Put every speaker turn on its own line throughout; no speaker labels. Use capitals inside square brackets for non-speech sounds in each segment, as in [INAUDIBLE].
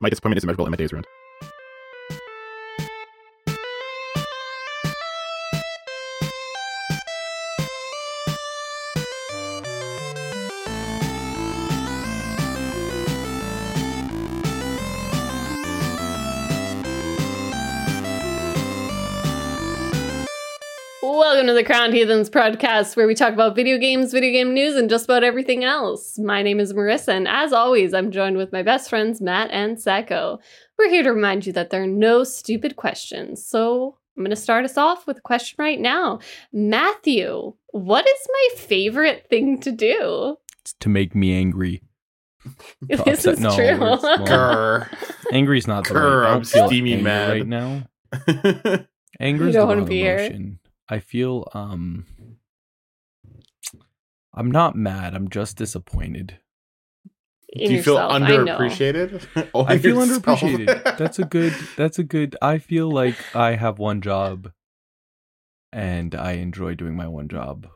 My disappointment is immeasurable and my day is [LAUGHS] ruined.
Welcome to the Crown Heathens podcast, where we talk about video games, video game news, and just about everything else. My name is Marissa, and as always, I'm joined with my best friends, Matt and Sacco. We're here to remind you that there are no stupid questions. So I'm going to start us off with a question right now. Matthew, what is my favorite thing to do?
It's to make me angry. To
this
upset-
is
no,
true. [LAUGHS]
it's- well,
Grr.
Angry's not the
Grr,
right. I
I'm
don't feel
steamy
angry
mad.
right now. Anger
You
is
don't
the
wanna
wrong
be here.
emotion. I feel um I'm not mad, I'm just disappointed.
In
Do you feel
yourself, I know.
underappreciated? [LAUGHS] Or
I feel
yourself? [LAUGHS]
underappreciated. That's a good that's a good I feel like I have one job and I enjoy doing my one job.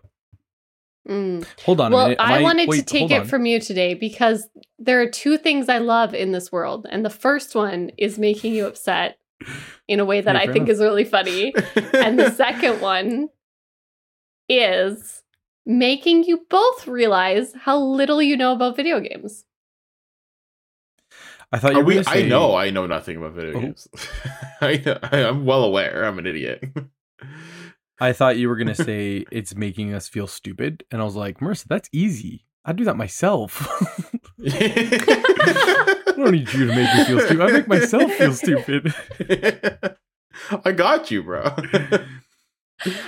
Mm.
Hold on a
Well,
minute. am
I, wanted
wait,
to take
hold
it
on.
from you today because there are two things I love in this world, and the first one is making you upset in a way that
Yeah,
I
fair
think
enough.
is really funny, [LAUGHS] and the second one is making you both realize how little you know about video games.
I thought you
[LAUGHS] Are
were
we,
gonna say,
I know I know nothing about video
Oh.
games. [LAUGHS] I know, I, am well aware. I'm an
[LAUGHS]
idiot.
I thought you
[LAUGHS]
were gonna say it's making us feel stupid, and I was like, Marissa, that's easy. I do that myself. [LAUGHS] I don't need you to make me feel stupid. I make myself
[LAUGHS]
feel stupid.
[LAUGHS] I got you, bro.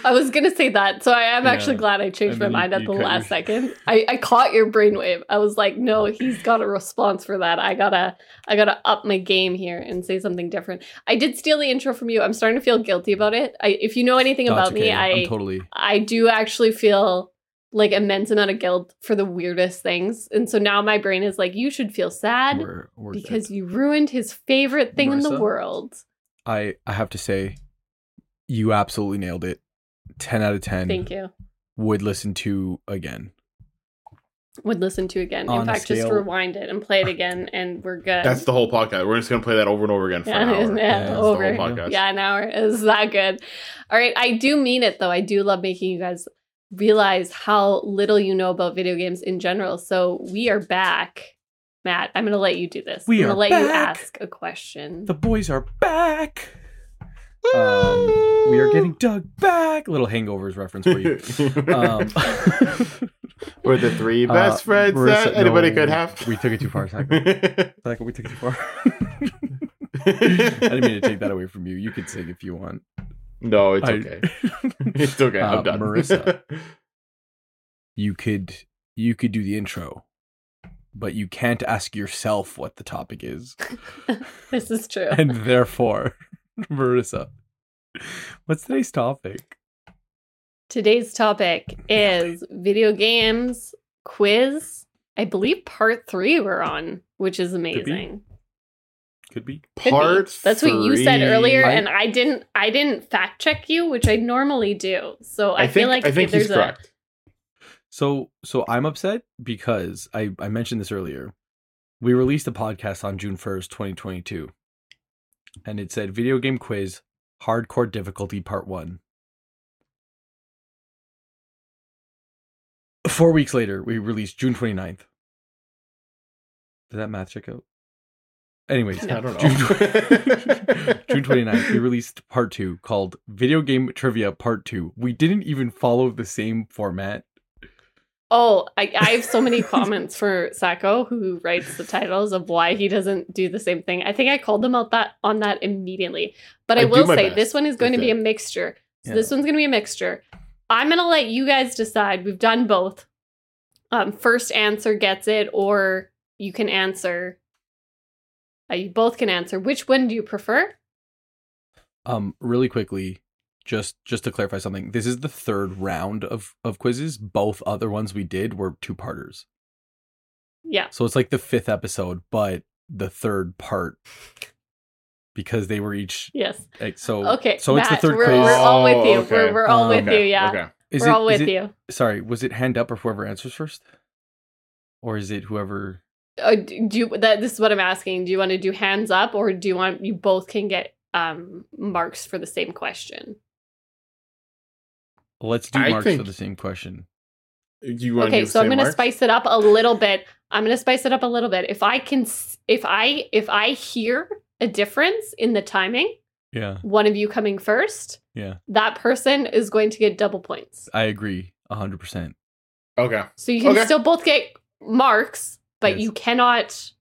I was gonna say that, so I am actually
Yeah.
glad I changed
And
my
then you-
mind at
you
the
cut your- [LAUGHS]
last second. I, I caught your brainwave. I was like, no,
Oh.
he's got a response for that. I gotta I gotta up my game here and say something different. I did steal the intro from you. I'm starting to feel guilty about it. I, if you know anything
No, it's
about me,
okay.
I
I'm totally
I do actually feel like immense amount of guilt for the weirdest things, and so now my brain is like, you should feel sad
we're, we're good.
because you ruined his favorite thing in the
Marissa?
world.
I I have to say, you absolutely nailed it. Ten out of ten.
Thank you.
Would listen to again.
Would listen to again.
On
in
a
fact, just
scale-
rewind it and play it again, and we're good.
That's the whole podcast. We're just gonna play that over and over again for an
[LAUGHS] Yeah,
hour.
isn't it?
That's the whole
Over.
podcast.
Yeah, an hour is that good. All right, I do mean it though. I do love making you guys realize how little you know about video games in general. So we are back, Matt. I'm going to let you do this.
We
I'm
are
gonna let you
back.
ask a question.
The boys are back. Um, we are getting Doug back. Little hangovers reference for you.
[LAUGHS]
Um,
We're the three
Uh,
best friends
Marissa-
that anybody
no,
could have.
we took it too
[LAUGHS]
far, Zach. Zach, we took it too far. [LAUGHS] I didn't mean to take that away from you. You could sing if you want.
No, it's
I- [LAUGHS]
okay. [LAUGHS] It's okay.
Uh,
I'm done. [LAUGHS]
Marissa. you could you could do the intro but you can't ask yourself what the topic is
[LAUGHS]
[LAUGHS]
this is true.
and therefore [LAUGHS] marissa what's today's topic
Today's
[LAUGHS]
topic is video games quiz. I believe part 3 we're on, which is
be.
amazing.
could be
Could be.
Part.
That's what you said
three.
earlier,
I-
and I didn't. I didn't fact check you, which I normally do. So I,
I,
feel
think.
like
I think
if there's
he's correct.
so so i'm upset because i i mentioned this earlier we released a podcast on june 1st 2022 and it said video game quiz hardcore difficulty part one four weeks later we released june 29th did that math check out anyways
I don't
June,
know. [LAUGHS]
[LAUGHS] June 29th, we released part two called Video Game Trivia Part Two. We didn't even follow the same format.
a oh, I, I have
[LAUGHS]
so many comments for Sacco who writes the titles of why he doesn't do the same thing. I think I called them out that on that immediately, but I,
I do
will
my
say
best
this one is going to
with
be
it.
a mixture. So
Yeah.
this one's going to be a mixture. I'm going to let you guys decide. We've done both. Um, first answer gets it, or you can answer. Uh, you both can answer. Which one do you prefer?
Um, really quickly, just just to clarify something, this is the third round of of quizzes. Both other ones we did were two parters,
Yeah.
so it's like the fifth episode, but the third part because they were each
Yes.
like, so.
Okay.
Oh, so it's the
Matt,
3rd
we're,
quiz.
We're all with you.
Oh, okay.
We're, we're all
Um,
with you. Yeah.
Okay.
Is
we're
it-
all
is
with
it-
you.
Sorry, was it hand up or whoever answers first, or is it whoever?
Uh, do you, that this is what I'm asking. Do you want to do hands up or do you want you both can get um marks for the same question?
Let's do
I
marks for
think-
the same question.
You want
okay
to
so i'm gonna
going to
spice it up a little bit i'm gonna spice it up a little bit if i can s- if i if i hear a difference in the timing
Yeah,
one of you coming first
yeah.
that person is going to get double points
I agree hundred percent.
Okay.
so you can
Okay.
still both get marks but
Yes.
you cannot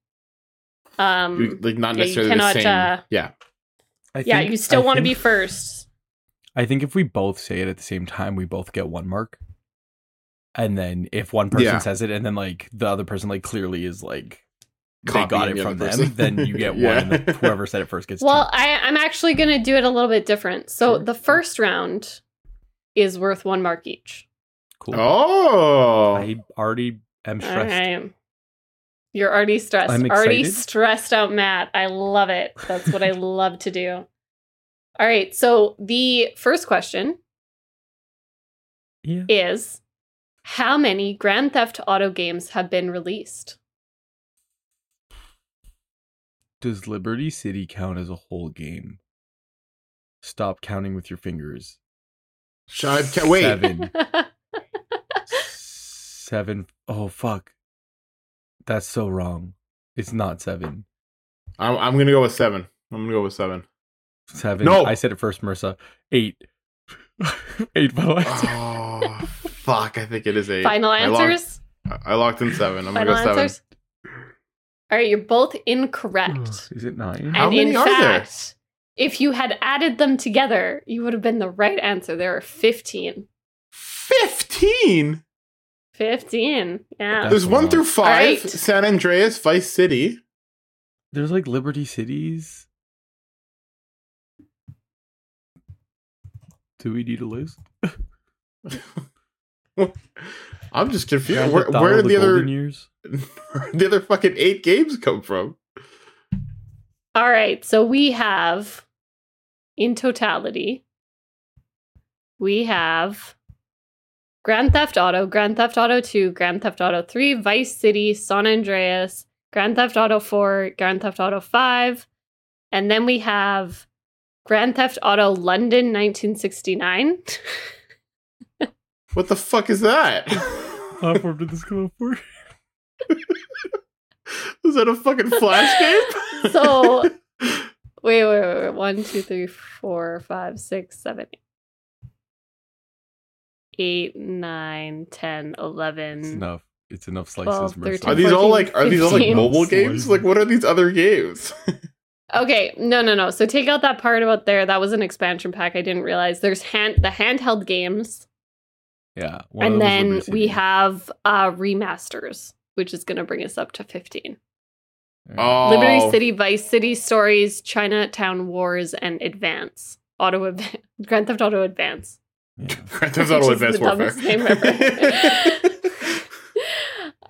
um
You- like not
yeah, you
necessarily
cannot,
the same.
uh,
yeah.
I
yeah
think-
you still
I
want to be
think-
first
I think if we both say it at the same time, we both get one mark. And then if one person
Yeah.
says it, and then like the other person like clearly is like
Copying
they got it
the
from
other
them,
person.
then
[LAUGHS]
you get
Yeah.
one. And then whoever said it first gets
well I, i'm actually gonna do it a little bit different so
Sure.
the first round is worth one mark each
two. Cool.
Oh.
I already am
All
stressed.
right. You're already stressed.
I'm
already
excited.
stressed out, Matt. I love it. That's
[LAUGHS]
what I love to do. All right. So the first question
Yeah.
is how many Grand Theft Auto games have been released? [LAUGHS]
Does Liberty City count as a whole game? Stop counting with your fingers.
Should I ca- wait.
[LAUGHS]
Seven.
That's
seven. Oh fuck. That's so wrong. It's not seven.
I'm, I'm gonna go with seven. I'm gonna go with seven.
[LAUGHS]
Seven.
No.
I said it first, Marissa. Eight. [LAUGHS] Eight final [SIGHS] answer.
Oh fuck! I think it is eight.
Final
I locked-
answers?
I locked in seven. I'm
Final
gonna go seven.
answers? All right. You're both incorrect.
Is it nine?
Hmm. How
and in
many are there?
fact, if you had added them together, you would have been the right answer. There are 15.
Fifteen.
15. Yeah.
That's
There's
a
one
lot.
through five.
Alright.
San Andreas, Vice City.
There's like Liberty Cities. Do we need a list?
I'm just confused.
Grand
Where,
Theft Auto,
where did the
golden
other
years?
[LAUGHS] the other fucking eight games come from?
All right. So we have in totality, we have Grand Theft Auto, Grand Theft Auto 2, Grand Theft Auto 3, Vice City, San Andreas, Grand Theft Auto 4, Grand Theft Auto 5. And then we have Grand Theft Auto London 1969.
What the fuck is
[LAUGHS]
that?
Platform did this come up for?
[LAUGHS] Is that a fucking flash game?
[LAUGHS] So- [LAUGHS] Wait, wait, wait, wait. One, two, three, four, five, six, seven, eight, nine, ten,
[LAUGHS] It's
eleven.
enough. It's enough
Twelve,
slices.
[LAUGHS] are
Marissa.
these all
14,
like are these all like
15.
mobile games? Like what are these other games?
Okay, no, no, no. So take out that part about there. That was an expansion pack. I didn't realize there's hand the handheld games,
Yeah. one of
and
those
then
Liberty
we
City.
have uh remasters, which is going to bring us up to fifteen.
All
Oh,
[LAUGHS] Liberty City, Vice City, Stories, Chinatown Wars, and Advance Auto Advance, [LAUGHS] Grand Theft Auto Advance. [LAUGHS]
right. Yeah.
[LAUGHS] Grand Theft Auto
Which is
Advanced
the
Warfare.
dumbest name ever.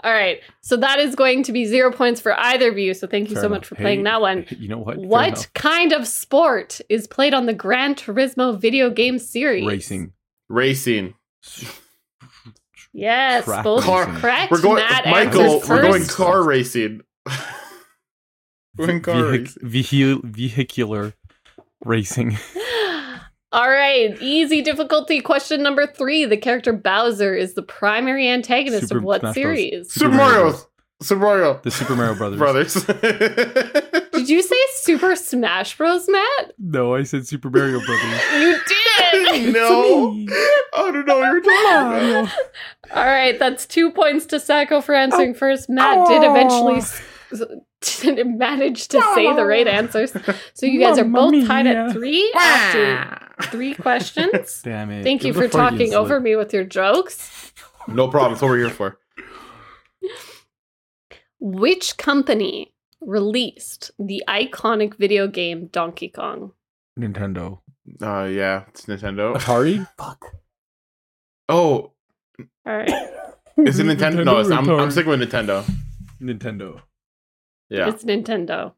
All right. So that is going to be zero points for either of you. So thank you
Fair
so
enough.
much for
Hey,
playing that one.
You know what? Fair
What kind of sport is played on the Gran Turismo video game
enough.
series?
Racing.
[LAUGHS] Racing.
Yes,
Track
both
Car-
correct.
We're going,
Matt
Michael.
answered
We're going
first.
car racing. [LAUGHS] We're going car
Vehic-
racing.
vehi- vehicular racing.
[LAUGHS] All right, easy difficulty question number three. The character Bowser is the primary antagonist
Super
of what
Smash Bros.
series?
Super Mario.
Bros.
Super Mario.
The Super Mario Brothers.
Brothers.
Did you say Super Smash Bros, Matt?
No, I said Super Mario Brothers.
You
[LAUGHS]
[LAUGHS]
did.
no.
me.
I don't know what you're talking about.
All right, that's two points to Sacco for answering
Oh.
first. Matt did eventually s- s- [LAUGHS] manage to say the right answers. So you guys are
Oh. Mamma
both tied
mia.
at three [LAUGHS] after three questions.
[LAUGHS] [LAUGHS] Damn it.
Thank
It
you
was
for
a
talking
Freudian slip.
over me with your jokes.
No problem. That's what we're here for.
Which company released the iconic video game Donkey Kong?
Nintendo.
Uh, yeah, it's
[LAUGHS]
Nintendo.
Atari? Fuck.
Oh,
All
[COUGHS]
right,
is it Nintendo? No, it's, I'm, I'm sick with Nintendo.
Nintendo.
Yeah.
it's Nintendo. All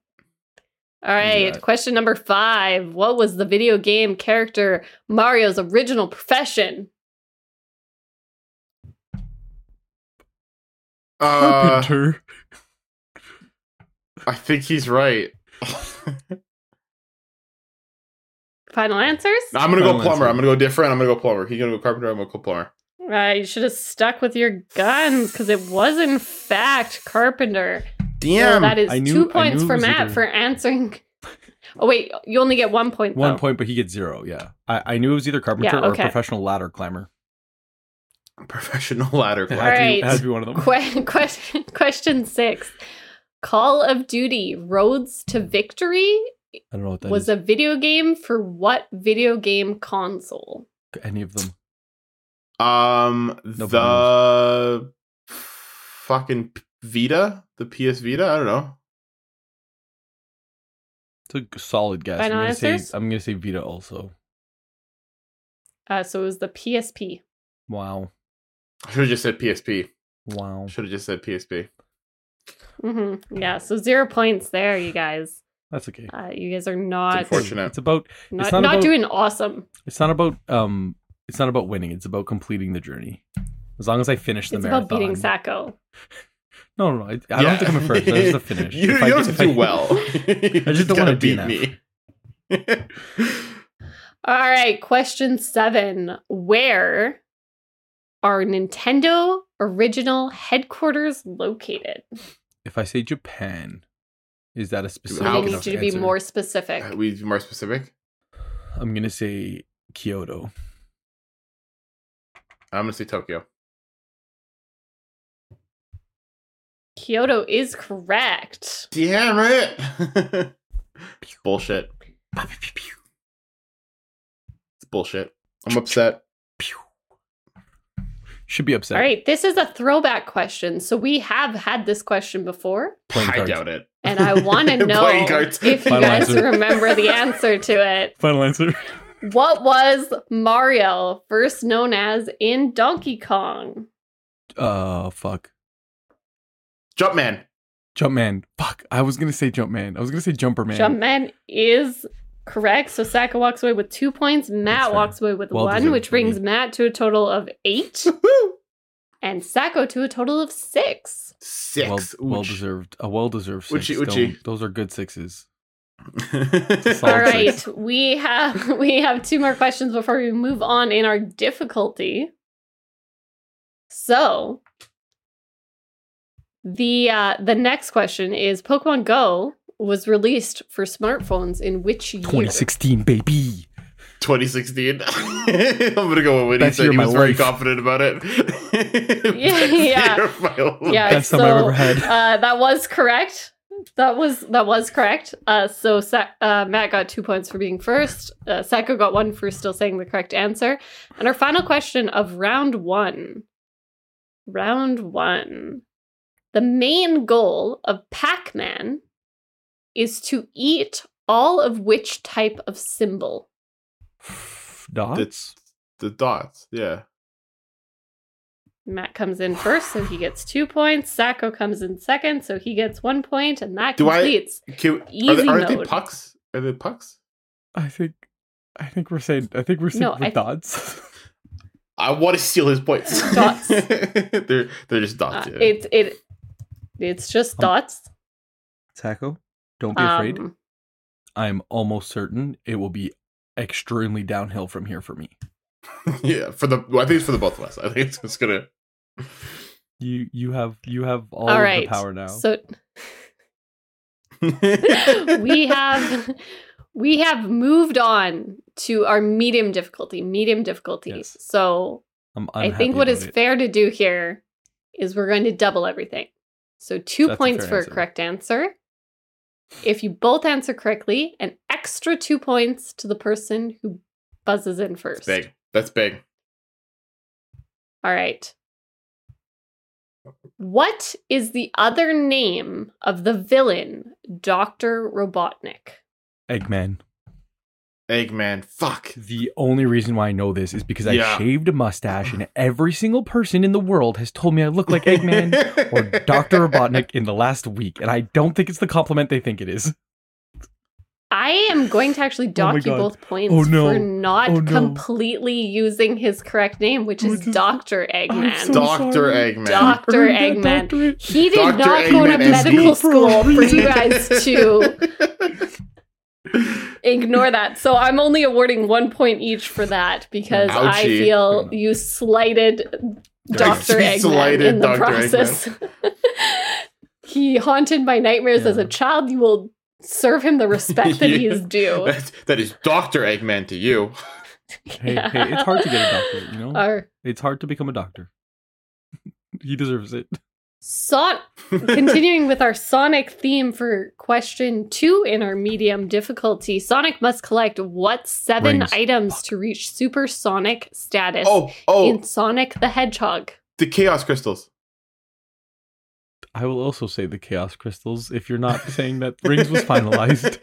Yeah.
right, question number five. What was the video game character Mario's original profession?
Uh,
Carpenter.
Uh, I think he's right.
Final answers?
I'm gonna go
Final
plumber.
answer.
I'm gonna go different. I'm gonna go plumber. He's gonna go carpenter. I'm gonna go plumber.
Uh, you should have stuck with your guns because it was, in fact, Carpenter.
Damn.
So that is
I knew-
two
I
points
knew it
for
was
Matt
either-
for answering. [LAUGHS] Oh, wait. You only get one point,
One
though.
point, but he gets zero. Yeah, I, I knew it was either carpenter
Yeah,
or
okay.
professional ladder climber.
Professional [LAUGHS] ladder.
It had,
climber.
to, be, it
Alright.
had to be one of them.
Que- [LAUGHS] question, question six Call of Duty Roads to Victory
I don't know what that
was
was.
a video game for what video game console?
Any of them?
Um,
No
the fucking Vita, the PS Vita. I don't know.
It's a g- solid guess.
Final
I'm gonna
answers?
say I'm gonna say Vita also.
Uh, so it was the PSP.
Wow,
I should have just said PSP.
wow,
Should have just said PSP.
hmm Yeah, so zero points there, you guys.
that's okay.
Uh, you guys are not
It's unfortunate.
It's about
not,
not
not,
about-
doing awesome.
it's not about um it's not about winning. It's about completing the journey. As long as I finish the
It's
marathon.
about beating Sacco.
No, no, no. I, I don't have to come in first. I just
[LAUGHS]
have to finish.
you
If
you
I
don't have
get- if
to
[LAUGHS] I-
do well. [LAUGHS] I
just don't wanna be an
me.
All right, question seven. Where are Nintendo original headquarters located?
If I say Japan, is that a
So
specific?
Wow.
I need
enough
you to be
answer?
more specific.
Uh, [LAUGHS] we be more specific.
I'm gonna say Kyoto.
I'm gonna say Tokyo.
Kyoto is correct.
Damn it! [LAUGHS] bullshit. It's bullshit. I'm upset.
Should be upset.
All right, this is a throwback question. So we have had this question before.
Playing
I
cards.
doubt it.
and
[LAUGHS]
I want to know
[LAUGHS] Playing cards.
if you
Final
guys
answer.
[LAUGHS]
remember the answer to it.
Final answer. [LAUGHS]
What was Mario first known as in Donkey Kong?
Uh, fuck.
Jumpman.
Jumpman. Fuck. I was gonna say Jumpman. I was gonna say Jumperman.
Jumpman is correct. So Saka walks away with two points.
That's
Matt
fair.
walks away with
Well
one,
deserved
which
for me.
brings Matt to a total of
[LAUGHS]
eight, and Sacco to a total of six.
Well,
Six.
well
Ooch. [LAUGHS]
deserved. A well deserved six.
Uchi,
Don't-
uchi.
Those are good sixes.
All
Solid
right,
six.
we have [LAUGHS] we have two more questions before we move on in our difficulty. So, the uh, the next question is: Pokemon Go was released for smartphones in which year?
2016, baby.
2016. [LAUGHS] I'm gonna go with what he
Best year
said.
of
He
my
was very
life.
confident about it. [LAUGHS] Best
[LAUGHS] yeah.
year of my [LAUGHS]
[LAUGHS] Yeah,
Best
so
time I've ever
[LAUGHS]
had.
Uh, that was correct. That was that was correct. Uh, so Sa- uh, Matt got two points for being first. Uh, Sacco got one for still saying the correct answer. And our final question of round one. Round one. The main goal of Pac-Man is to eat all of which type of symbol?
Dots.
That's- The dots. Yeah.
Matt comes in first, so he gets two points. Sacco comes in second, so he gets one point, and that
Do I-
completes.
Can,
Easy
are they, aren't they
mode.
pucks? Are they pucks?
I think. I think we're saying. I think we're saying
No,
with
I-
dots. [LAUGHS]
I want to steal his
[LAUGHS]
points. [LAUGHS]
Dots.
they're they're just
Uh,
dots. yeah.
it it it's just
Um,
dots.
Taco, don't be afraid.
Um,
I'm almost certain it will be extremely downhill from here for me.
[LAUGHS] yeah. For the I think it's for the both of us. I think it's, it's gonna.
You you have you have
all
all, of
right.
the power now.
So [LAUGHS] [LAUGHS] we
[LAUGHS]
have [LAUGHS] we have moved on to our medium difficulty. Medium difficulty.
Yes.
So
I'm
i think what is fair to do here is we're going to double everything. So two
That's a
points
fair
for
answer.
a correct answer. If you both answer correctly, an extra two points to the person who buzzes in first.
big. That's big.
All right. What is the other name of the villain, Dr. Robotnik?
Eggman.
Eggman. Fuck.
The only reason why I know this is because
Yeah.
I shaved a mustache, and every single person in the world has told me I look like
[LAUGHS]
Eggman or Doctor Robotnik in the last week, and I don't think it's the compliment they think it is.
I am going to
[LAUGHS]
actually dock you
Oh God.
both points
Oh, no.
for not
Oh, no.
completely using his correct name, which is
Which is-
Doctor
I'm
Eggman.
so-
Doctor
sorry.
Eggman.
Doc- Dr.
Earned that
Eggman.
doctorate.
He
Dr.
did not go to
Eggman is
medical
good
for a
school for
reason.
you guys to ignore that. So I'm only awarding one point each for that because I
Ouchie.
feel you slighted Doctor
You
Eggman
slighted
in the
Dr.
process. [LAUGHS] he haunted my nightmares as a
Yeah.
child. You will serve him the respect that he is due.
[LAUGHS] That's, that is Doctor Eggman to you.
Hey, hey, it's hard to get a
[LAUGHS]
doctorate, you know?
Our
It's hard to become a doctor. [LAUGHS] he deserves it.
son- Continuing with our Sonic theme for question two in our medium difficulty, Sonic must collect what seven
Rings.
items to reach supersonic status
[LAUGHS] oh, oh,
in Sonic the Hedgehog?
the Chaos Crystals.
I will also say the chaos crystals if you're not saying that rings
[LAUGHS]
[LAUGHS]
was finalized.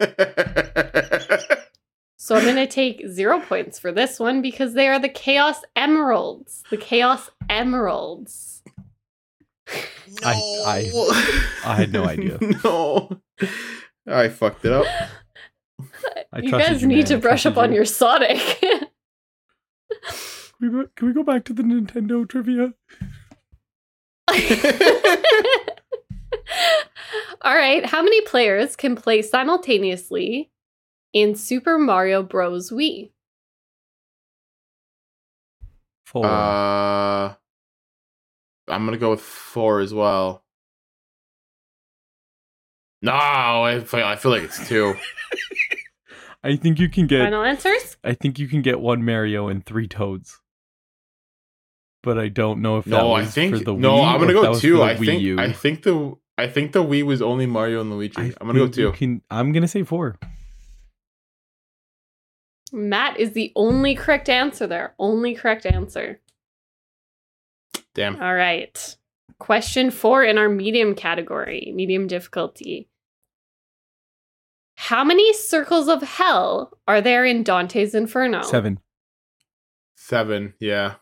So I'm going to take zero points for this one because they are the Chaos Emeralds. The Chaos Emeralds.
I- I had no idea.
[LAUGHS] no, I fucked it up.
I
you
trusted
guys need
man.
to
I
brush up
trusted
on
you.
your Sonic. [LAUGHS]
Can we, go- can we go back to the Nintendo trivia?
All right, how many players can play simultaneously in Super Mario Bros. Wii?
Four.
Uh, I'm gonna go with four as well. No, I feel, I feel like it's two.
I think you can get.
Final answers?
I think you can get one Mario and three Toads. But I don't know if that
no, I
was
think
for the
no.
Wii
I'm
or
gonna
if that
go
was
two.
for the
I
Wii
think
U.
I think the I think the Wii was only Mario and Luigi.
I
I'm gonna go
think
two.
you Can, I'm gonna say four.
Matt is the only correct answer there. Only correct answer.
Damn.
All right. Question four in our medium category, medium difficulty. How many circles of hell are there in Dante's Inferno?
Seven.
Seven. Yeah.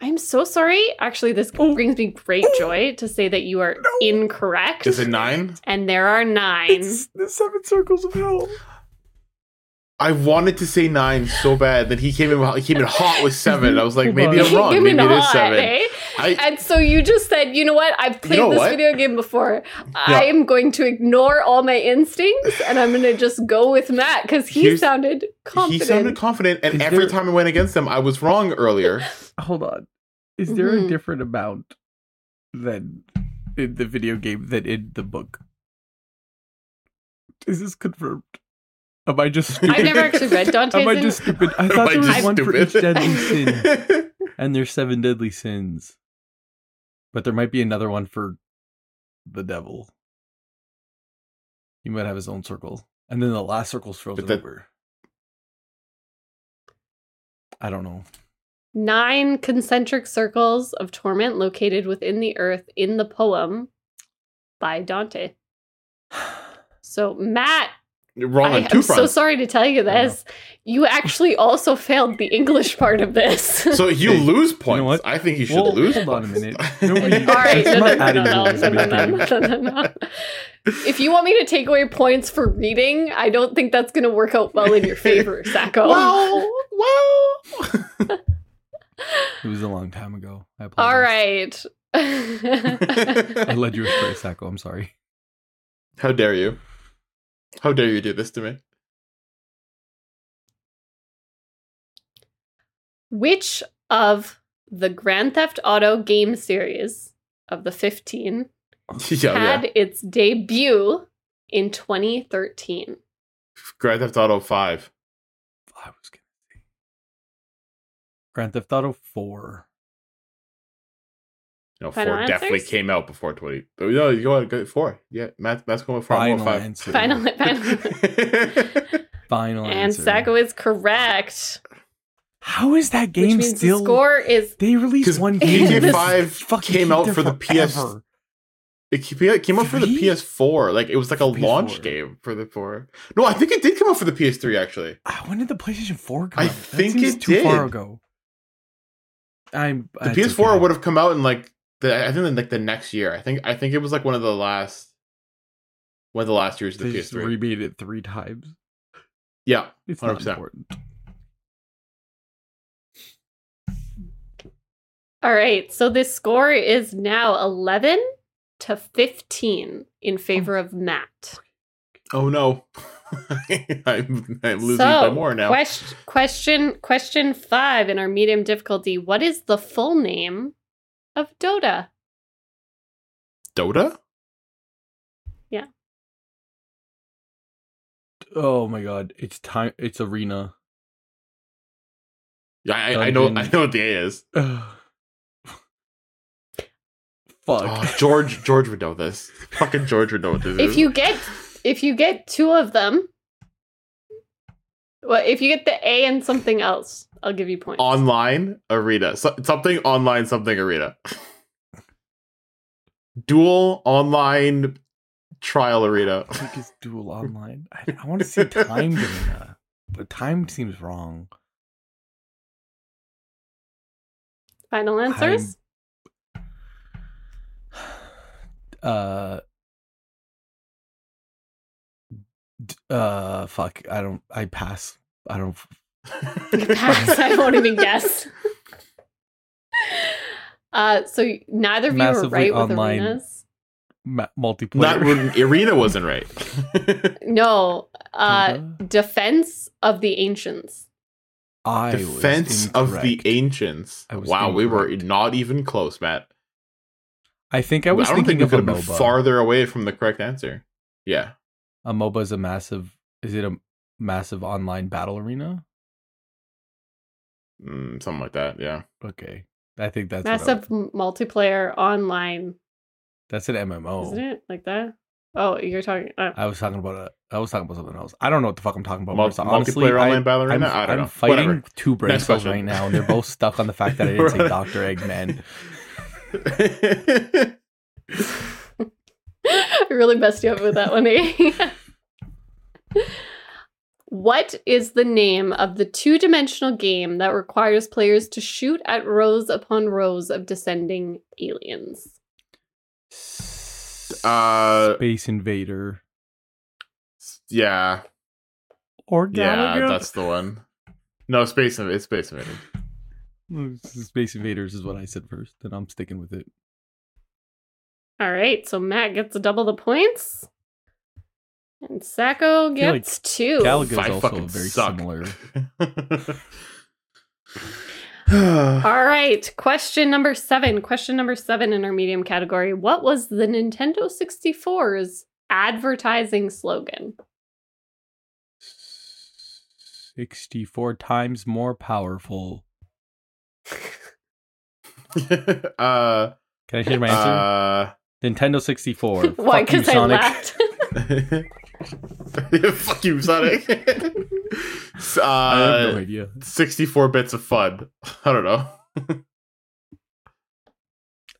I'm so sorry. Actually, this
Oh.
brings me great joy to say that you are incorrect.
Is it nine?
and there are nine.
the seven circles of hell.
I wanted to say nine so bad that he came in. He came in hot with seven. I was like,
Hold
maybe
[LAUGHS]
on.
I'm wrong.
Give me
Maybe it
the
is
hot,
seven.
eh?
I
And so you just said, you know what? I've played
know
this
what?
video game before. I am going to ignore all my instincts and I'm going to just go with Matt because he
Here's-
sounded confident.
he sounded confident, and
Is
every
there-
time I went against him, I was wrong [LAUGHS] earlier.
Hold on. Is there
Mhm.
a different amount than in the video game than in the book? Is this confirmed? Am
[LAUGHS]
I just stupid?
I've never actually read Dante's.
Am I
in-
just stupid? I thought there
Am I
was
just
one for each
stupid?
deadly sin, [LAUGHS] and there's seven deadly sins. But there might be another one for the devil. He might have his own circle, and then the last circle's frozen
that-
over. I don't know.
nine concentric circles of torment located within the earth in the poem by Dante. So Matt,
You're [LAUGHS] wrong
I
on
am
two
so
fronts. So,
sorry to tell you
I know.
this. You actually also failed the English part of
[LAUGHS]
this.
you
Hey,
lose points.
what?
I think you should
Well,
lose.
hold on a [LAUGHS]
points. [LAUGHS]
minute.
All
Nobody-
right,
[LAUGHS] It's
no, no,
not
no,
adding
no,
rules,
no, no,
it's
no, no, no, no. If you want me to take away points for reading, I don't think that's going to work out well in your favor,
[LAUGHS]
Sacco.
Well, well.
It was a long time ago. I apologize.
All right. [LAUGHS]
[LAUGHS]
[LAUGHS]
I led you astray, Sacco. I'm sorry. [LAUGHS]
How dare you? How dare you do this to me?
Which of the Grand Theft Auto game series of the 15
Oh.
[LAUGHS] yeah,
had
yeah.
its debut in 2013?
Grand Theft Auto Five.
I was gonna say Grand Theft Auto Four.
No, four
Final
definitely
answers?
came out before twenty. But no, you go on go four. Yeah, Matt, Matt's going with four. I'm
Final
going
answer.
Final, final.
[LAUGHS] with
Final
And
answer.
Sacco is correct.
How is that
Which
game
means
still?
the score is
They released
'Cause
one game.
GTA
and it's
5
fucking
came out
there
for the PS
forever.
It ke- it came out for the
Three?
PS4. Like it was like a
PS4.
launch game for the four. No, I think it did come out for the PS3 actually.
Ah, When did the PlayStation Four come?
I
out? That
think
seems
it
too far
did.
ago. I'm
The PS4 would have come out in like the I think in like the next year. I think I think it was like one of the last Went the last year's of the
They just
PS3.
rebeat it three times.
yeah,
It's not
100%.
important.
All right. So this score is now 11 to 15 in favor of Matt.
Oh no, [LAUGHS] I'm, I'm losing by
so,
more now.
Quest- question question 5 in our medium difficulty. What is the full name of Dota?
Dota?
Oh my god, it's time. It's arena.
Yeah, I, I know.
Dungeon.
I know what the A [SIGHS] is.
Ugh.
Oh, [LAUGHS]
Fuck.
George. George would know this. Fucking George would know what this
If
is.
you get if you get two of them, well, if you get the A and something else, I'll give you points.
online arena, so, something online, something arena, dual online trial
[LAUGHS]
arena.
I think it's dual online. I, I want
[LAUGHS]
to see time doing that, but time seems wrong.
Final
[LAUGHS]
answers?
[SIGHS] Uh. d- Uh. Fuck. I don't. I pass. I don't.
Pass. [LAUGHS] I won't even guess. Uh, so neither of you were
Massively
right with
online.
arenas.
Ma- multiplayer.
[LAUGHS] Not
[LAUGHS]
when arena wasn't right. [LAUGHS]
No, uh,
Dota?
defense of the ancients.
[LAUGHS] I was
Defense of the
incorrect.
ancients.
I was
Wow, we were
incorrect.
not even close, Matt.
I think I was
I don't
thinking
think we could
of a
have been
MOBA.
farther away from the correct answer. Yeah.
a MOBA is a massive. Is it a massive online battle arena?
Mm, something like that. Yeah.
Okay, I think that's what I-
Massive m- multiplayer online,
that's an MMO.
isn't it? Like that? Oh, you're talking. Uh,
I was talking about a. I was talking about something else. I don't know what the fuck I'm talking about.
Mul-
Marissa. Honestly,
multiplayer
I,
online battle
I'm,
arena? I don't
I'm
know.
fighting
Whatever.
two brain
Next
cells
question.
right now, and they're both stuck on the fact
[LAUGHS]
that I didn't say Doctor Eggman.
Eggman.
[LAUGHS] I really messed you up with that one. eh? [LAUGHS] what is the name of the two dimensional game that requires players to shoot at rows upon rows of descending aliens?
[LAUGHS] Uh,
Space Invader
yeah.
or
Yeah, that's the one. No, Space Invaders. It's Space Invaders.
Space Invaders is what I said first, and I'm sticking with it.
All right, so Matt gets double the points. And Sacco
feel like
gets two.
Gallagher- It's
I
also
fucking
very
suck.
similar.
All right, question number seven. Question number seven in our medium category. What was the Nintendo 64's advertising slogan?
Sixty-four times more powerful.
[LAUGHS] uh,
Can I change my answer?
uh,
Nintendo
[LAUGHS]
64.
Why?
Fuck you,
Because I
Sonic.
laughed. [LAUGHS]
uh, [LAUGHS] Fuck you,
[LAUGHS]
Sonic. S-
I have no
uh,
idea.
64 bits of fun. [LAUGHS] I don't know.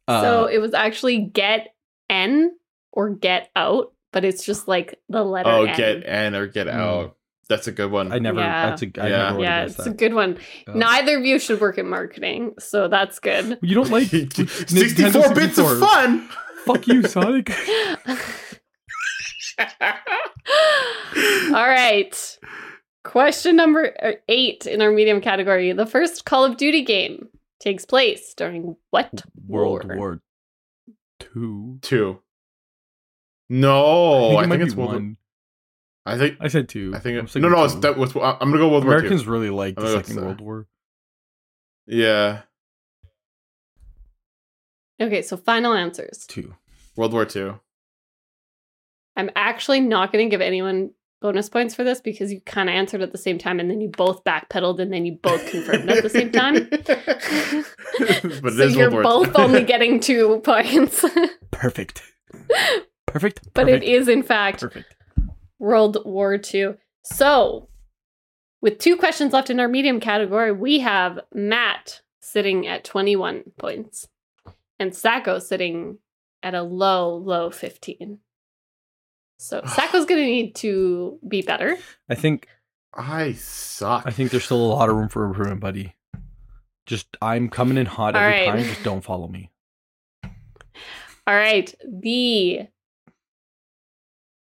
so
Uh,
it was actually get N or get out, but it's just like the letter.
Oh,
N.
get in or get
Mm.
out. That's a good one.
I never.
Yeah.
That's a. I
Yeah.
never would've
Yeah,
guessed
it's a
that.
good one.
Uh,
Neither of you should work in marketing, so that's
[LAUGHS]
good. [LAUGHS]
You don't
[LAUGHS]
like
64 bits of
64. [LAUGHS]
fun. [LAUGHS]
Fuck you, Sonic.
All right. Question number er, eight in our medium category. The first Call of Duty game takes place during what
World
war?
War Two.
Two. No, Oh, I think,
it might
it's
be
World
one.
War- I think
I said two.
I think
I'm
it, no,
thinking
no. It's,
two.
that was, I'm gonna go World War
Americans really like
I
the
think it's
Second
that.
World War.
Two. Yeah,
Okay, so final answers.
Two.
[LAUGHS] World War Two.
I'm actually not going to give anyone bonus points for this because you kind of answered at the same time and then you both backpedaled and then you both confirmed at the same
[LAUGHS]
time.
[LAUGHS] but it
so
is
you're
World War
both
II. [LAUGHS]
only getting two [LAUGHS] points,
Perfect. Perfect.
but it
Perfect.
is in fact
perfect.
World War II. So, with two questions left in our medium category, we have Matt sitting at 21 points and Sacco sitting at a low, low 15.
[SIGHS]
So, Sacco's going to need to be better.
I think.
I suck.
I think there's still a lot of room for improvement, buddy. Just I'm coming in hot
All
every
right.
time. Just don't follow me.
All right. The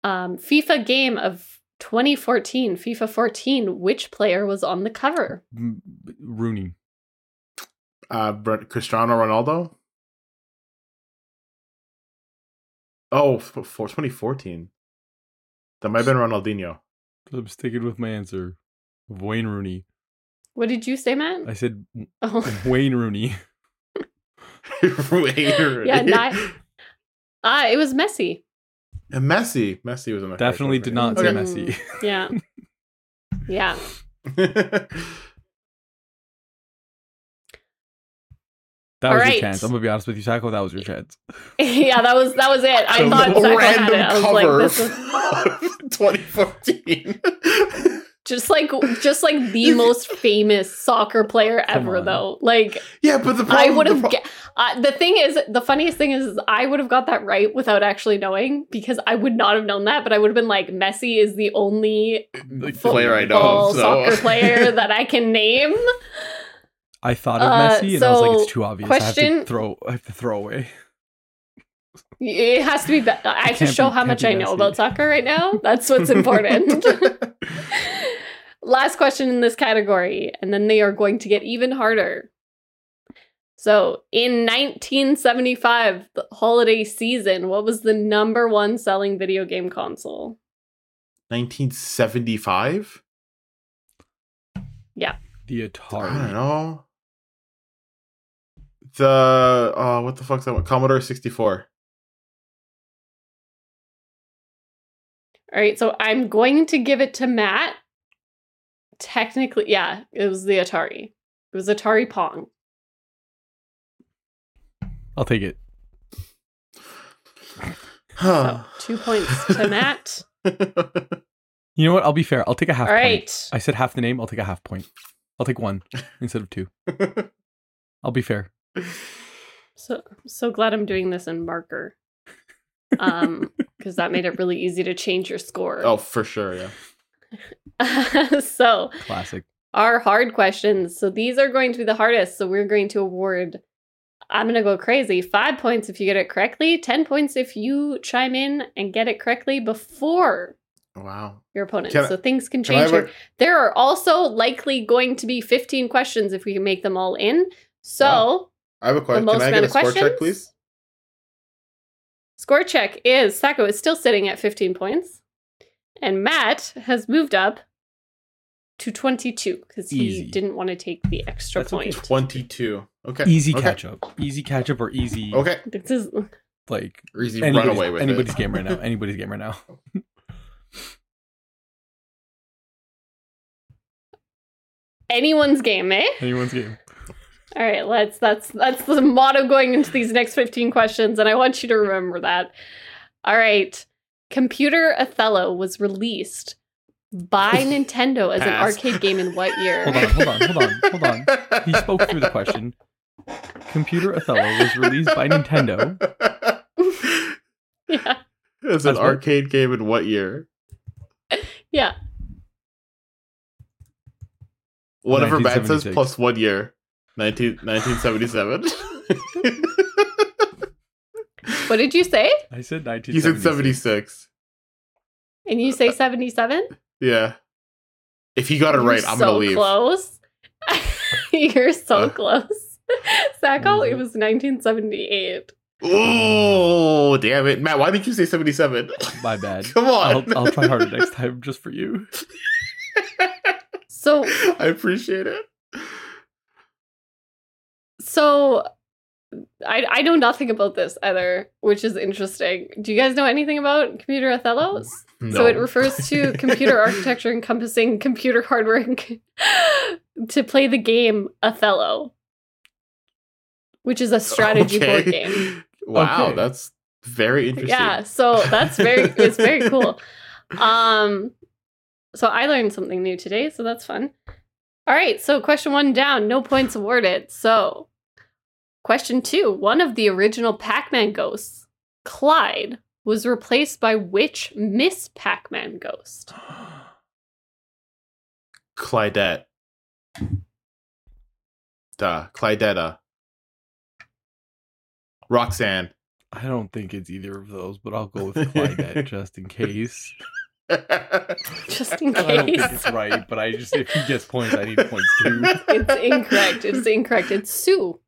um, FIFA game of 2014, FIFA 14. Which player was on the cover?
M- Rooney.
Uh, Br- Cristiano Ronaldo. Oh, f- for 2014. That might have been Ronaldinho. [LAUGHS]
I'm sticking with my answer. Wayne Rooney.
What did you say, Matt?
I said [LAUGHS]
oh, [LAUGHS]
[LAUGHS]
Wayne Rooney.
Wayne
Yeah,
Rooney.
not- uh, it was Messi.
[LAUGHS] And Messi. Messi was in my first
Definitely
one for me.
did not
Okay. Mm.
say Messi. [LAUGHS]
Yeah. Yeah. [LAUGHS]
[LAUGHS]
That
All
was
right.
your chance. I'm gonna be honest with you, Sacco. That was your chance.
yeah, that was that was it. I
So
thought
the
Zacco had it. I was like, this is
[LAUGHS] 2014.
[LAUGHS] just like just like the
You-
most famous soccer player
Come
ever
on.
though like
[LAUGHS] yeah, but the problem,
i would
the
have
pro-
ge- uh, the thing is the funniest thing is, is i would have got that right without actually knowing because i would not have known that but i would have been like messi is the only
the
full-
player I know.
full
So.
[LAUGHS]
soccer player that i can name
I thought of
Uh,
Messi, and I was like,
so,
it's too obvious. I have
question-
to throw. I have to throw away.
it has to be, be- i have to
can't
show
be-
how
can't
much
be
i know
Messi.
about soccer right now that's what's
[LAUGHS]
important
[LAUGHS]
[LAUGHS] Last question in this category, and then they are going to get even harder. So, in 1975, the holiday season, what was the number one selling video game console?
1975.
The
I don't
Atari.
know. The uh, what the fuck's that one? Commodore 64.
All right, so I'm going to give it to Matt. Technically, yeah, it was the Atari. It was Atari Pong.
I'll take it.
So, two points
[LAUGHS]
to Matt.
You know what? I'll be fair. I'll take a half.
All
point.
right.
I said half the name. I'll take a half point. I'll
[LAUGHS]
take one instead of two. I'll be fair.
So so glad I'm doing this in marker. Um because that made it really easy to change your score.
[LAUGHS] oh, for sure. Yeah.
[LAUGHS] so,
Classic.
our hard questions. So these are going to be the hardest. So we're going to award I'm going to go crazy. 5 points if you get it correctly, 10 points if you chime in and get it correctly before
Wow.
your opponent.
Can I-
so things can
Can I
change
have
here.
a,
There are also likely going to be 15 questions if we can make them all in. So,
Wow. I have a
the
question.
most
Can I
amount
get a
of
score
questions.
check, please?
Score check is Sacco is still sitting at 15 points, and Matt has moved up to 22 because he
Easy.
didn't want to take the extra
That's okay.
point.
22. Okay.
Easy
okay.
catch up. Easy catch up or easy
Okay.
This is
like
Or easy
anybody's,
run away with
anybody's [LAUGHS]
it.
game right now. Anybody's game right now.
[LAUGHS]
anyone's game, eh?
Anyone's game.
All right, let's. That's that's the motto going into these next 15 questions, and I want you to remember that. All right, Computer Othello was released by Nintendo as an
Pass.
arcade game
[LAUGHS]
in what year?
Hold on, hold on, hold on, hold on. He spoke through the question. Computer Othello was released by Nintendo.
[LAUGHS] Yeah,
It's an
That's what-
arcade game in what year?
yeah.
Whatever Matt says
1976.
plus one year. 19, [LAUGHS] 1977.
What did you say?
I said
he said
1970.
76.
And you say 77?
Yeah. If he got it right, I'm going to leave.
Close. [LAUGHS] You're so
Uh.
close. [LAUGHS] Sacco,
Was
it
it?
was 1978.
Oh, damn it. Matt, why did you say 77?
My bad.
[LAUGHS] Come on.
I'll, I'll try harder next time just for you.
So,
[LAUGHS] I appreciate it.
so I, I know nothing about this either, which is interesting. Do you guys know anything about computer Othello? So
No.
it refers
[LAUGHS]
to computer architecture encompassing computer hardware and c- [LAUGHS] to play the game Othello, which is a strategy board
Okay.
game.
[LAUGHS] Wow,
Okay.
that's very interesting.
Yeah, so that's very it's very cool. Um so I learned something new today, so that's fun. All right, so question 1 down, no points awarded. So question 2, one of the original Pac-Man ghosts, Clyde, was replaced by which Miss Pac-Man ghost?
Clydette. Duh, Clydetta. Roxanne.
I don't think it's either of those, but I'll go with [LAUGHS] Clydet just in case.
[LAUGHS]
[LAUGHS]
Just in
I don't think
case.
it's right, but I just if he gets points, I need points too.
[LAUGHS] It's
[LAUGHS]
incorrect. It's incorrect. It's Sue.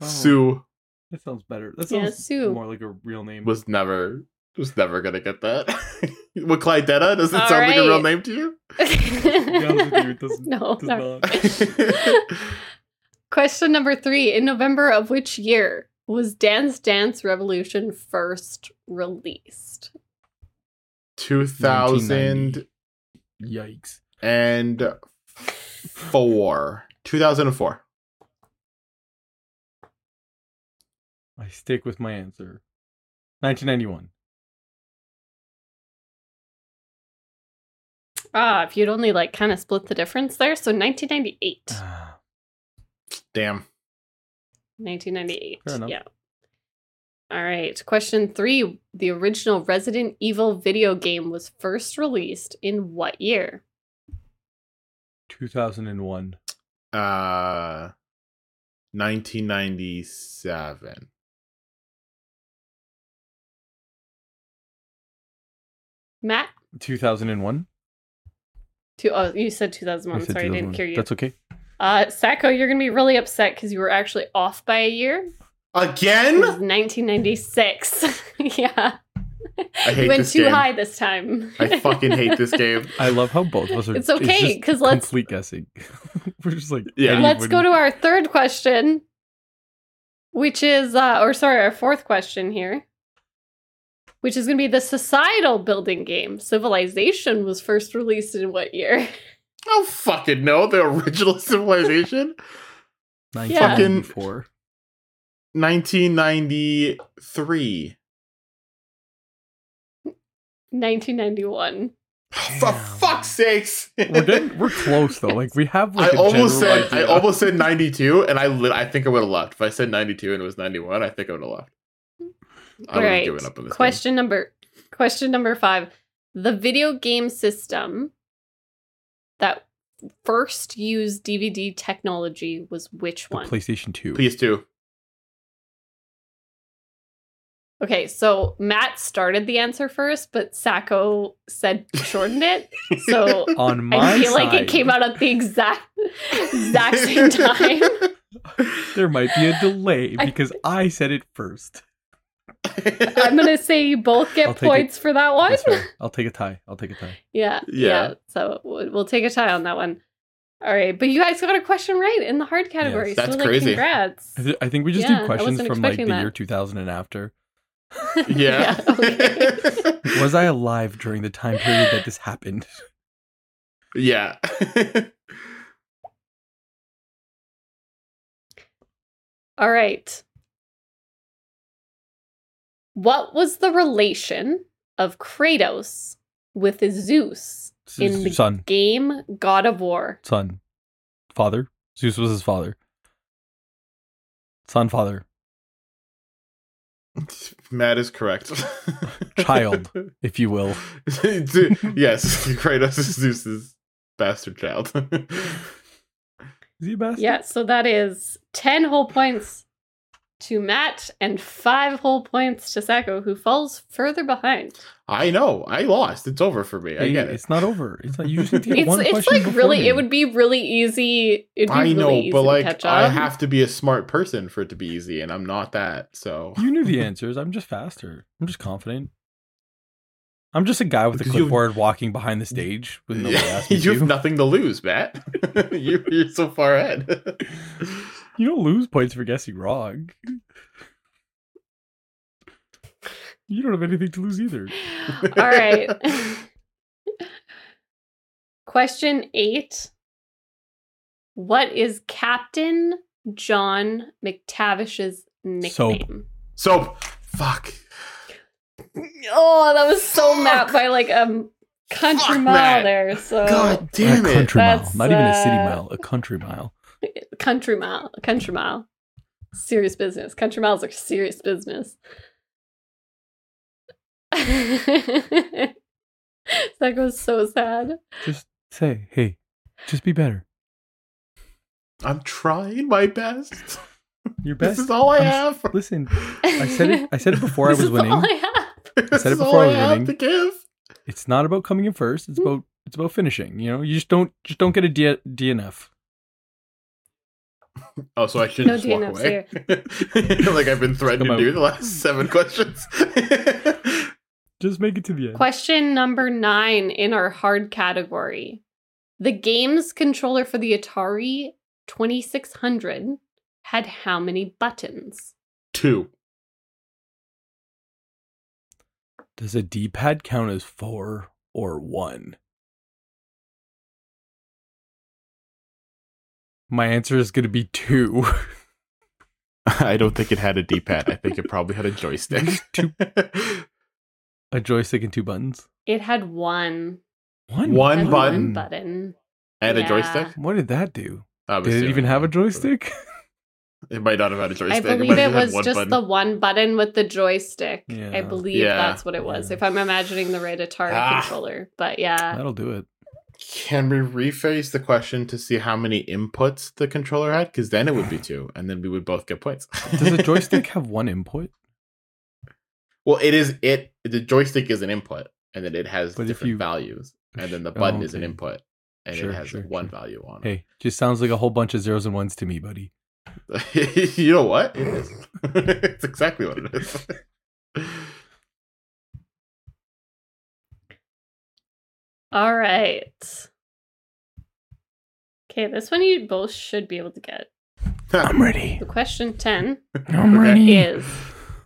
Oh,
Sue
That sounds better. That
Yeah,
sounds
Sue.
more like a real name. [LAUGHS]
was never was never gonna get that. [LAUGHS] With Clydetta, does it
All
sound like a real
right.
name to
[LAUGHS]
you? [LAUGHS]
honest with you, it doesn't-
no,
Does
no.
not.
Question number three. In November of which year was Dance Dance Revolution first released?
Two thousand
Yikes.
and four. Two thousand and four.
I stick with my answer.
[SIGHS]
1991.
Ah, if you'd only like kind of split the difference there. So 1998.
Ah,
Damn.
1998.
Fair enough.
Yeah. All right. Question three. The original Resident Evil video game was first released in what year?
2001.
Uh nineteen ninety seven.
Matt?
2001.
Two, oh, you said 2001.
said
Sorry, I didn't
2001.
hear you.
That's okay.
Uh, Sacco, you're going to be really upset because you were actually off by a year. It
Again?
was 1996. [LAUGHS] yeah.
I hate
[LAUGHS] you went
this
too
game.
high this time.
I fucking hate
[LAUGHS]
this game.
I love how both of us are.
It's okay
just
because let's
complete guessing. [LAUGHS] We're just like
Yeah.
anyone-
let's go to our third question, which is, uh, or sorry, our fourth question here, which is going to be the societal building game. Civilization was first released in what year? [LAUGHS]
I don't fucking know the original [LAUGHS] civilization.
1994.
1993.
1991.
For
Damn.
fuck's sakes.
We're
[LAUGHS]
getting, we're close though. Like we have
I
like a
almost
general
said I
idea.
almost said 92 and I lit, I think I would have left. If I said 92 and it was 91, I think I would have left. I
All
would have
right.
given up on this. game.
question number question number five. The video game system that first used DVD technology was which
the
one?
PlayStation 2.
PS2.
Okay, so Matt started the answer first, but Sacco said shortened it.
[LAUGHS]
So
On my
I feel
side,
like it came out at the exact exact
[LAUGHS]
same time. [LAUGHS]
there might be a delay
I-
because I, said it first.
I'm gonna say you both
[LAUGHS] I'll
get
take it.
points for that one.
That's fair. I'll take a tie. I'll take a tie.
[LAUGHS] Yeah, yeah,
Yeah.
So we'll, we'll take a tie on that one. All right, but you guys got a question right in the hard category.
Yes, that's
so like,
crazy.
Congrats.
I, th- I think we just
Yeah, I
do questions
wasn't
from like the
expecting that.
year 2000 and after.
yeah.
okay. [LAUGHS]
Was I alive during the time period that this happened?
yeah. [LAUGHS]
All right. What was the relation of Kratos with Zeus [LAUGHS] In the-
Son,
game God of War?
son, father. Zeus was his father. Son, father.
Matt is correct.
Child. if you will.
Dude, [LAUGHS] yes, Kratos is Zeus's bastard child. [LAUGHS]
Is he a bastard?
Yeah, so that is 10 whole points to Matt and 5 whole points to Sacco, who falls further behind.
I know. I lost. It's over for me. I
Hey,
get it.
It's not over. It's not, you just need
[LAUGHS]
to get
It's,
one
it's
question
like
before
really,
me.
it would be really easy. It'd be
I know,
really easy
but
to
like
catch
I
up.
have [LAUGHS] to be a smart person for it to be easy, and I'm not that. So [LAUGHS]
You knew the answers. I'm just faster. I'm just confident. I'm just a guy with a
Because you've-
clipboard walking behind the stage
[LAUGHS]
with nobody asking
you
you.
have nothing to lose, Matt. [LAUGHS] you, you're so far ahead.
you don't lose points for guessing wrong. You don't have anything to lose either.
[LAUGHS] All right. [LAUGHS] Question eight What is Captain John McTavish's nickname?
Soap.
[LAUGHS] so, fuck.
Oh, that was so
Fuck.
mapped by like um country
Fuck,
mile
Matt.
there. So
God
a
damn it.
country mile,
That's,
not even a city
uh,
mile, a country mile.
country mile, country mile, serious business. Country miles are serious business. [LAUGHS] that goes so sad.
Just say, hey, just be better.
I'm trying my best.
Your
This
best.
is all I
I'm s-
have.
Listen, I
[LAUGHS]
said it. I said it before I was winning.
All I have.
This
said it
is all
before I was
have
winning.
to give.
It's not about coming in first.
Hmm.
It's about it's about finishing. You know, you just don't just don't get a D- DNF.
Oh, so I shouldn't
No
just walk
DNFs
away. [LAUGHS] like I've been threatened
Come
to do
out.
the last seven questions. [LAUGHS]
Just make it to the end.
Question number nine in our hard category. The game's controller for the Atari 2600 had how many buttons?
Two.
Does a D-pad count as four or one? My answer is going to be two. [LAUGHS]
I don't think it had a D pad. I think it probably had a [LAUGHS] joystick.
Two- a joystick and two buttons.
It had one.
One.
It
One
had
button
One button.
and a
Yeah.
joystick.
What did that do?
I'm
Did it
assuming.
even have a joystick?
It might not have had a joystick.
I believe
might
it
have had
was
one
just
button.
the one button with the joystick.
Yeah.
I believe
Yeah.
that's what it was,
Yeah.
if I'm imagining the right Atari
Ah.
controller.
Uh,
But yeah,
That'll do it.
Can we rephrase the question to see how many inputs the controller had? Because then it would be two, and then we would both get points.
Does
[LAUGHS]
a joystick have one input?
well, it is it. The joystick is an input, and then it has
But if
different
you-
values, and then the
Oh,
button is an
okay.
input, and
Sure,
it has
sure,
one
sure.
value on it.
Hey, just sounds like a whole bunch of zeros and ones to me, buddy.
you know what? It [LAUGHS] is. [LAUGHS] it's exactly what it is. [LAUGHS]
all right. Okay, this one you both should be able to get.
I'm ready.
The question 10
I'm ready.
is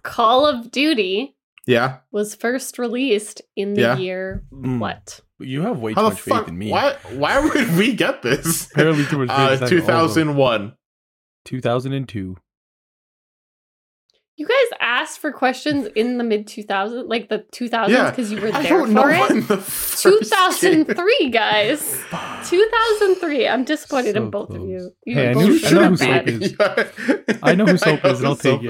Call of Duty
Yeah.
was first released in the
Yeah.
year
Mm.
what?
You have way too
How the
much
fuck?
faith in me.
Why?
[LAUGHS]
Why would we get this?
Apparently too much
[LAUGHS]
faith in
Uh,
Simon
two
Olsen.
thousand one.
2002.
You guys asked for questions in the mid 2000s, like the 2000s,
Yeah.
because you were
I
there
don't know
for it. [LAUGHS]
when the first game-
2003, guys. 2003. I'm disappointed
So
in both of you.
close.
You
Hey, I
both
knew-
should
I know
have
who
said-
Soap is.
[LAUGHS]
I know who Soap is, and I'll take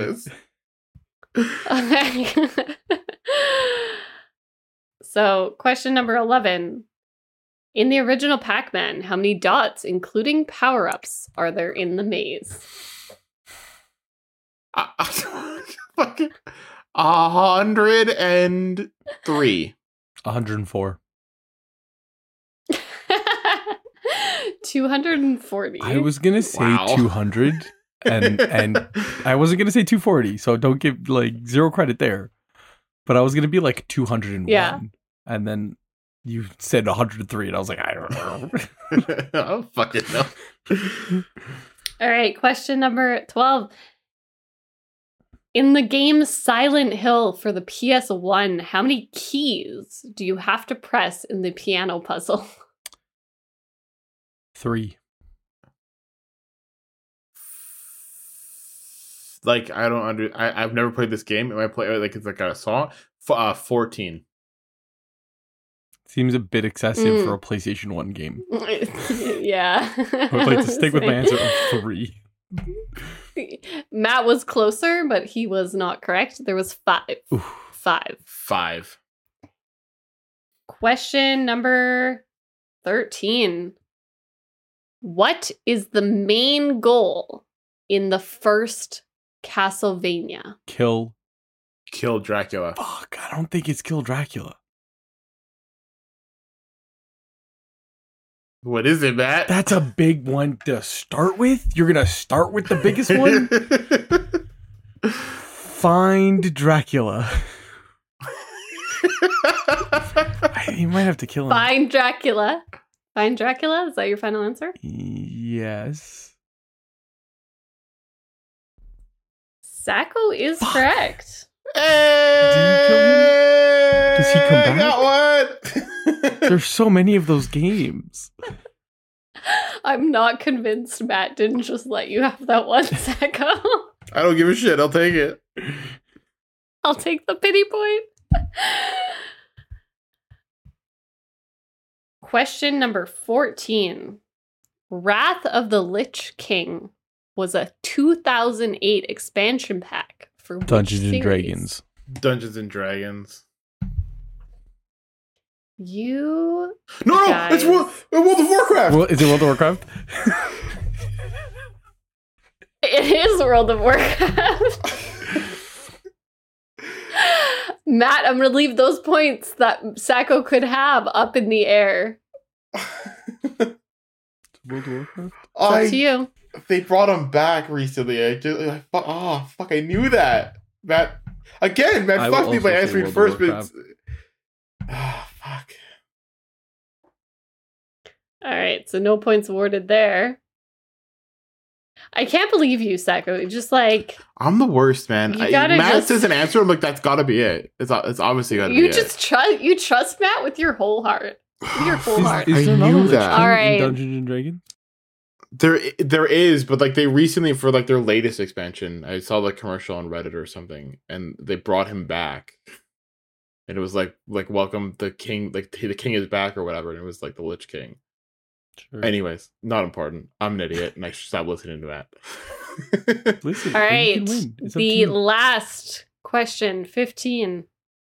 Okay.
it.
[LAUGHS] so, question number 11. In the original Pac Man, how many dots, including power ups, are there in the maze? [LAUGHS]
[LAUGHS] Fucking a hundred and three.
104.
240.
I was gonna say
Wow.
200,
[LAUGHS]
and and I wasn't gonna say 240. So don't give like zero credit there. But I was gonna be like 201,
Yeah.
and then you said 103, and I was like, I don't
[LAUGHS]
know.
I don't fucking know.
All right, question number 12. In the game Silent Hill for the PS1, how many keys do you have to press in the piano puzzle?
Three.
Like I don't under. I, I've never played this game. Am I play like it's like a song? F- uh, Fourteen.
Seems a bit excessive
Mm.
for a PlayStation One game.
[LAUGHS] yeah.
I
[LAUGHS]
would like to stick with my answer of three.
Matt was closer, but he was not correct. There was five.
Oof.
Five.
Five.
Question number 13. What is the main goal in the first Castlevania?
Kill.
Kill Dracula.
Fuck. I don't think it's kill Dracula.
What is it, Matt?
That's a big one to start with. You're gonna start with
[LAUGHS]
the biggest one. Find Dracula. I, you might have to kill him.
Find Dracula. Find Dracula? Is that your final answer?
Yes.
Sacco is
Fuck.
correct. [GASPS]
Hey!
Does he come
I
back?
Got one.
There's so many of those games.
I'm not convinced Matt didn't just let you have that
[LAUGHS]
one, Sacco.
I don't give a shit. I'll take it.
I'll take the pity point. Question number 14 Wrath of the Lich King was a 2008 expansion pack for which
Dungeons and
series?
Dragons.
Dungeons and Dragons.
You
No, no, it's
Guys.
World, World of Warcraft.
Well, is it World of Warcraft?
it is World of Warcraft. [LAUGHS] Matt, I'm gonna leave those points that Sacco could have up in the air.
World of Warcraft?
It's up to
Oh, I
you.
they brought him back recently. I just I, fu- oh fuck, I knew that. Matt again,
I
Matt
will
fucked me by
also say
answering
World of
first, but
Warcraft.
it's- ah fuck.
All right, so no points awarded there. I can't believe you, Sacco. Just like
I'm the worst, man.
You
I,
gotta
Matt
just-
says an answer. I'm like, that's gotta be it. It's o- it's obviously gotta
you
be [SIGHS]
just trust you trust Matt with your whole heart.
it.
you're full heart.
I
not a
knew
Lich
that.
King
All right.
In Dungeons and Dragons?
There, i- there is, but like they recently for like their latest expansion, I saw the commercial on Reddit or something, and they brought him back, and it was like like welcome the king, like the king is back or whatever, and it was like the Lich King.
Sure.
Anyways, not important. I'm an idiot, and I should stop listening to that.
Listen,
All
then you can
right.
win. It's up to
The
you.
last question, 15.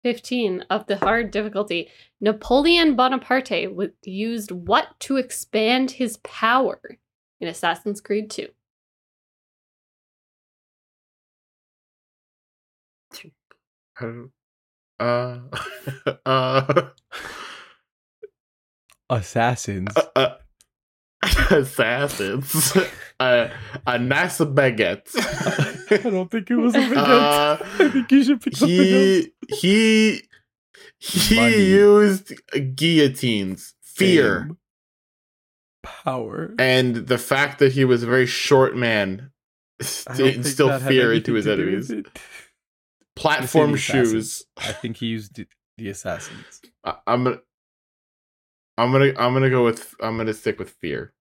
15 of the hard difficulty. Napoleon Bonaparte wa- used what to expand his power in Assassin's Creed 2?
I don't- [LAUGHS] uh, uh, [LAUGHS]
assassins.
uh, [LAUGHS] assassins, uh, a nice baguette.
[LAUGHS] I don't think it was a baguette.
Uh,
I think you should pick something else.
he he he
Money.
used guillotines, fear,
Fame. Power.
and the fact that he was a very short man
I don't
st-
think
instilled
that had
fear into
anything
his
to do
enemies.
with it.
Platform
the assassins.
shoes.
I think he used the, the assassins.
I, I'm gonna. I'm gonna I'm gonna go with I'm gonna stick with
[LAUGHS]
fear.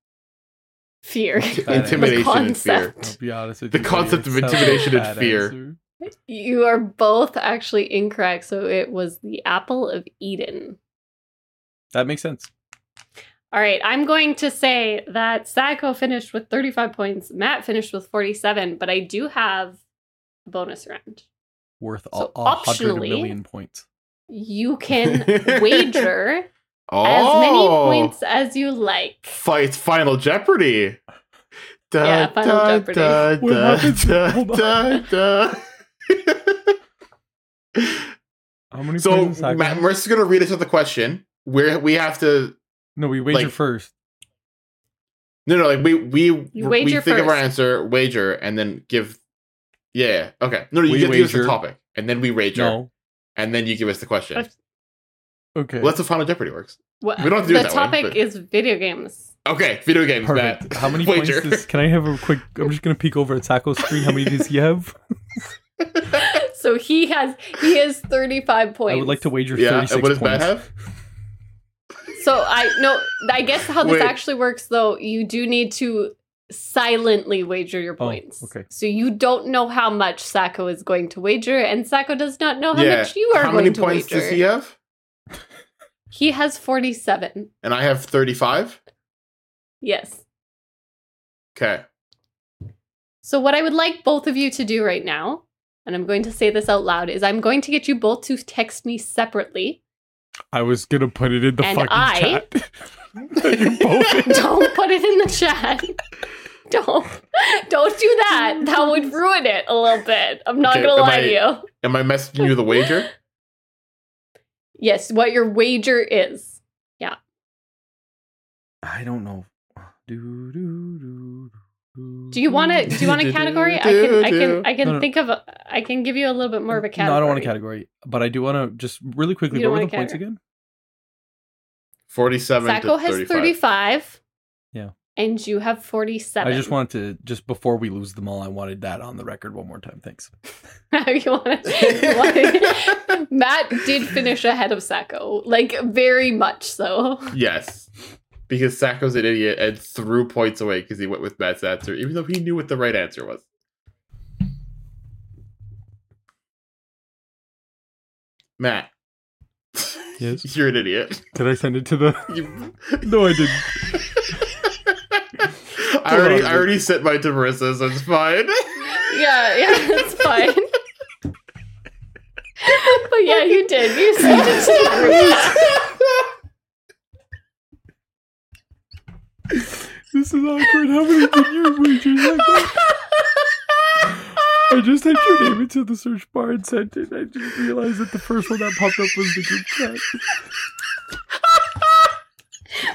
[LAUGHS]
Fear.
Intimidation and fear.
concept.
I'll be honest with
The
you.
concept
Dave,
of
it's such a
intimidation and
bad
fear.
answer.
You are both actually incorrect. So it was the Apple of Eden.
That makes sense.
All right, I'm going to say that Sacco finished with 35 points, Matt finished with 47, but I do have a bonus round.
Worth
So
a, a hundred
optionally-
million points.
[LAUGHS]
You can wager
Oh,
as many points as you like.
Fight Final Jeopardy. Da,
Yeah, Final Jeopardy.
Da,
What
da,
happens-
da,
hold
da, da.
How many
so
points? is that
Matt,
guy?
Marissa's gonna read us out the question. Where we have to
no, we wager
like-
first.
no no like we we we
wager
think of our
first.
answer, wager, and then give. Yeah. Okay. No, no you
We
get to give us the
wager.
topic, and then we wager,
No.
and then you give us the question.
That's-
Okay.
Well, that's how Final Jeopardy works.
Well,
We don't have to do
the
it that way,
topic
but-
is video games. [LAUGHS]
Okay, video games,
Perfect.
Matt.
How
[LAUGHS]
many
Wager.
points does, can I have a quick I'm just gonna peek over at Sacco's screen. How many does
[LAUGHS]
he have?
So he has he has 35 points.
I would like to wager
yeah,
thirty six
and what does
points.
Matt have?
So I no, I guess how
Wait.
this actually works though, you do need to silently wager your
Oh,
points.
okay.
So you don't know how much Sacco is going to wager, and Sacco does not know how
yeah.
much you are
how
going
many
to
points
wager.
does he have?
He has 47.
And I have thirty-five.
Yes.
Okay.
So what I would like both of you to do right now, and I'm going to say this out loud, is I'm going to get you both to text me separately. [LAUGHS]
I was gonna put it in the
And
fucking
I-
chat. [LAUGHS] you
[LAUGHS]
both [LAUGHS]
don't put it in the chat. [LAUGHS] Don't don't do that.
[LAUGHS]
That would ruin it a little bit. I'm not
Okay,
gonna
am
lie
I-
to you.
Am I messaging you the wager?
Yes, what your wager is.
I don't know. Do, do, do, do,
Do you want to [LAUGHS] do you want a category? I can I can I can
No, no.
think of a, I can give you a little bit more of a category.
No, I don't want a category, but I do want to just really quickly.
You don't
What were the
want a
points
category.
again?
[LAUGHS] Forty-seven.
Sacco
to
has
35.
35.
Yeah.
And you have 47.
I just wanted to just before we lose them all. I wanted that on the record one more time. Thanks.
[LAUGHS] you want to [LAUGHS] Matt did finish ahead of Sacco, like very much [LAUGHS] so.
Yes, because Sacco's an idiot and threw points away because he went with Matt's answer, even though he knew what the right answer was. Matt,
Yes.
[LAUGHS] you're an idiot.
Did I send it to the? [LAUGHS]
You- [LAUGHS]
No, I didn't.
I already,
on,
I already sent mine to Marissa, so it's [LAUGHS] fine.
Yeah, yeah, it's fine. [LAUGHS] but yeah, you did. You [LAUGHS] sent it to the group.
This is awkward. How many did you wagers? I just typed your name into the search bar and sent it. I just realized that the first one that popped up was the group chat.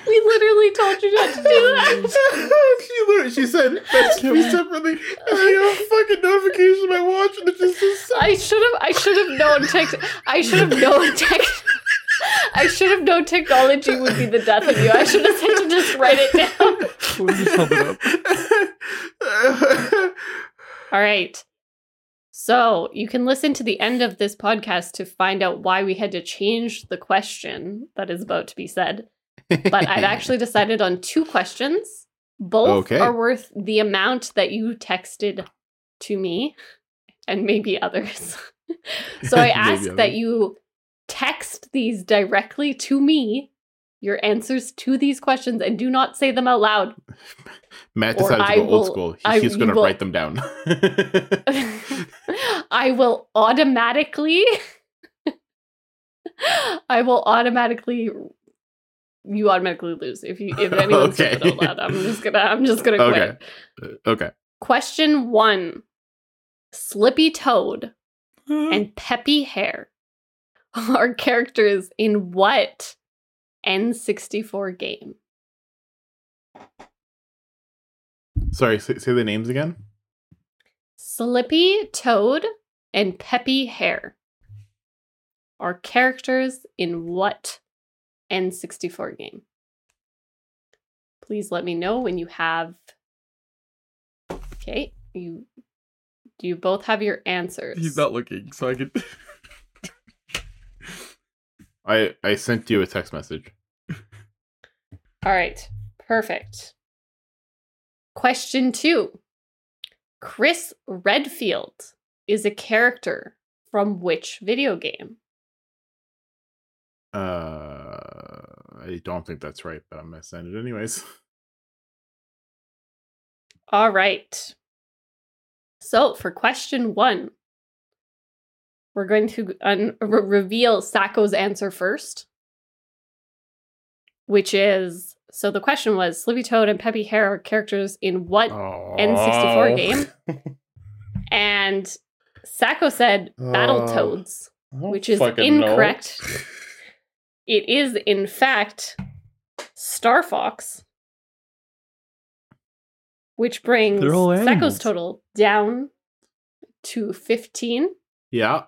We literally told you not to do that.
she literally she said that's
Can
three
we-
separately and I got a fucking notification on my watch and it just says seven.
I should have. I should have known tech. I should have known tech. I should have known technology would be the death of you. I should have said to just write it down.
Let me sum
[LAUGHS]
it up.
All right. So you can listen to the end of this podcast to find out why we had to change the question that is about to be said.
[LAUGHS]
But I've actually decided on two questions. Both
Okay.
are worth the amount that you texted to me and maybe others. [LAUGHS] so
[LAUGHS]
I
Maybe
ask that
others.
you text these directly to me, your answers to these questions, and do not say them out loud. [LAUGHS]
Matt
Or
decided
I
to go
will-
old school. He-
I-
He's
you
gonna
will-
write them
[LAUGHS]
down.
I will automatically. [LAUGHS] I will automatically. You automatically lose if you if anyone says
[LAUGHS]
it
Okay.
out loud. I'm just gonna I'm just gonna quit.
okay. Okay.
Question one: Slippy Toad
Hmm.
and Peppy Hare [LAUGHS] are characters in what N64 game?
Sorry, say, say the names again.
Slippy Toad and Peppy Hare are characters in what N64 game? Please let me know when you have. Okay, you do you both have your answers?
[LAUGHS] He's not looking, so I [LAUGHS] could.
I, I sent you a text message.
All right, perfect. Question two Chris Redfield is a character from which video game?
Uh I don't think that's right, but I'm gonna send it anyways.
All right. So for question one, we're going to un- re- reveal Sacco's answer first, which is so the question was Slippy Toad and Peppy Hare are characters in what?
Oh.
N64 game? And Sacco said Battletoads. Which is incorrect. It is, in fact, Star Fox, which brings
They're all
Sacco's
animals.
total down to 15,
Yeah.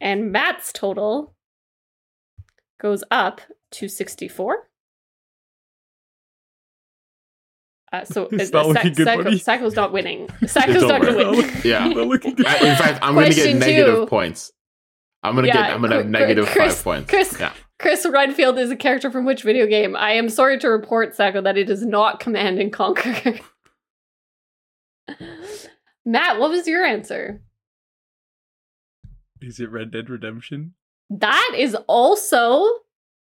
and Matt's total goes up to 64. Uh, so
It's
uh,
not looking good,
Sacco-
buddy.
Sacco's not winning. Sacco's not going
over.
to win.
[LAUGHS] Yeah.
Not looking
I- in fact, I'm going to get
Question
negative
two.
points. I'm going to
Yeah,
get. I'm going to have
Cr-
negative
Chris-
five points.
Chris-
yeah.
Chris Redfield is a character from which video game? I am sorry to report, Sacco, that it is not Command and Conquer. [LAUGHS] Matt, what was your answer?
Is it Red Dead Redemption?
That is also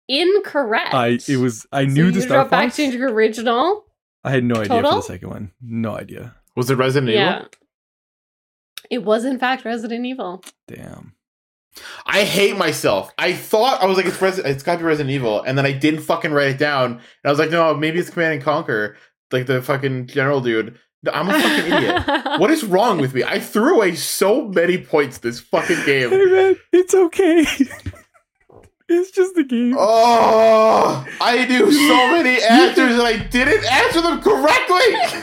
incorrect.
I it was I
So
knew
you
the Star
drop back
Fox.
to your original.
I had no idea for
Total?
the second one. No idea.
Was it Resident
Yeah.
Evil?
It was in fact Resident Evil.
Damn.
I hate myself. I thought I was like, it's Resident. It's got to be Resident Evil, and then I didn't fucking write it down. And I was like, no, maybe it's Command and Conquer, like the fucking general dude. No, I'm a
[LAUGHS]
fucking idiot. What is wrong with me? I threw away so many points this fucking
[LAUGHS]
Hey
game.
man, it's okay. [LAUGHS] it's just the game.
Oh, I knew so
[LAUGHS]
many answers and I didn't answer them correctly.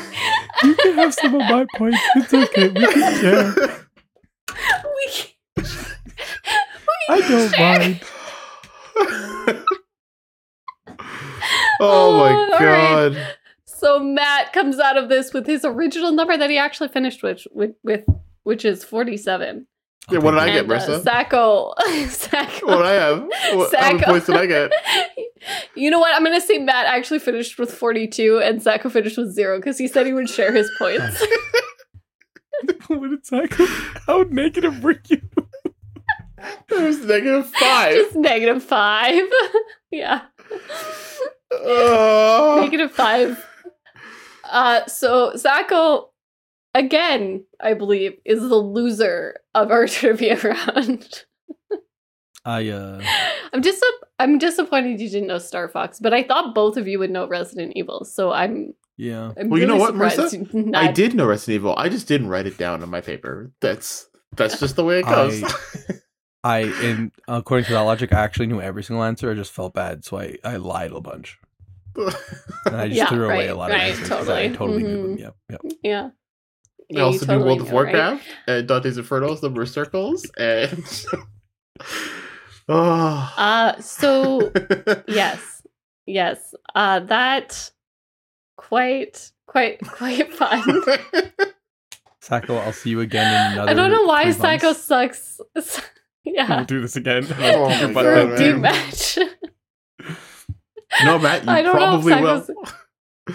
You can have some of my points. It's okay. We
[LAUGHS]
can share.
We can't-
I don't mind.
[LAUGHS] oh,
Oh,
my
all right.
god.
So Matt comes out of this with his original number that he actually finished with, with, with which is 47.
Yeah, what did I get,
And, uh,
Marissa?
Sacco. [LAUGHS] Sacco.
What I
[LAUGHS]
have? What, how many
Sack-
points did I
[LAUGHS]
get?
you know what? I'm going to say Matt actually finished with 42 and Sacco finished with zero because he said he would share his
[LAUGHS]
points.
[LAUGHS] What did Sacco? How negative were you?
It was negative
[LAUGHS]
five.
Just negative five. [LAUGHS] yeah.
Oh.
Negative five. Uh, so Sacco, again, I believe, is the loser of our [LAUGHS] trivia
[LAUGHS]
round.
I uh.
I'm just I'm disappointed you didn't know Star Fox, but I thought both of you would know Resident Evil, so I'm
Yeah.
I'm
Well, you know what, Marissa?
surprised you not-
I did know Resident Evil. I just didn't write it down on my paper. That's that's just the way it goes. [LAUGHS]
I in according to that logic, I actually knew every single answer. I just felt bad, so I, I lied a bunch. And I just
Yeah,
threw away
right,
a lot
right,
of answers. 'cause I
totally.
totally knew
Mhm.
them. Yep. Yep.
Yeah.
I also
do
do World of Warcraft, and Dante's Infernos, Number of Circles, and [LAUGHS] oh.
Uh, so [LAUGHS] yes, yes, uh, that quite, quite, [LAUGHS] quite fun.
Sacco, I'll see you again in
[LAUGHS]
another.
I don't know why
three
Psycho
months.
sucks. [LAUGHS] yeah,
do
[LAUGHS]
this again.
Oh my
But-
God,
for a
man.
do
[LAUGHS]
match. [LAUGHS]
no, Matt, you
I don't know if
probably
Psycho's-
will.
[LAUGHS]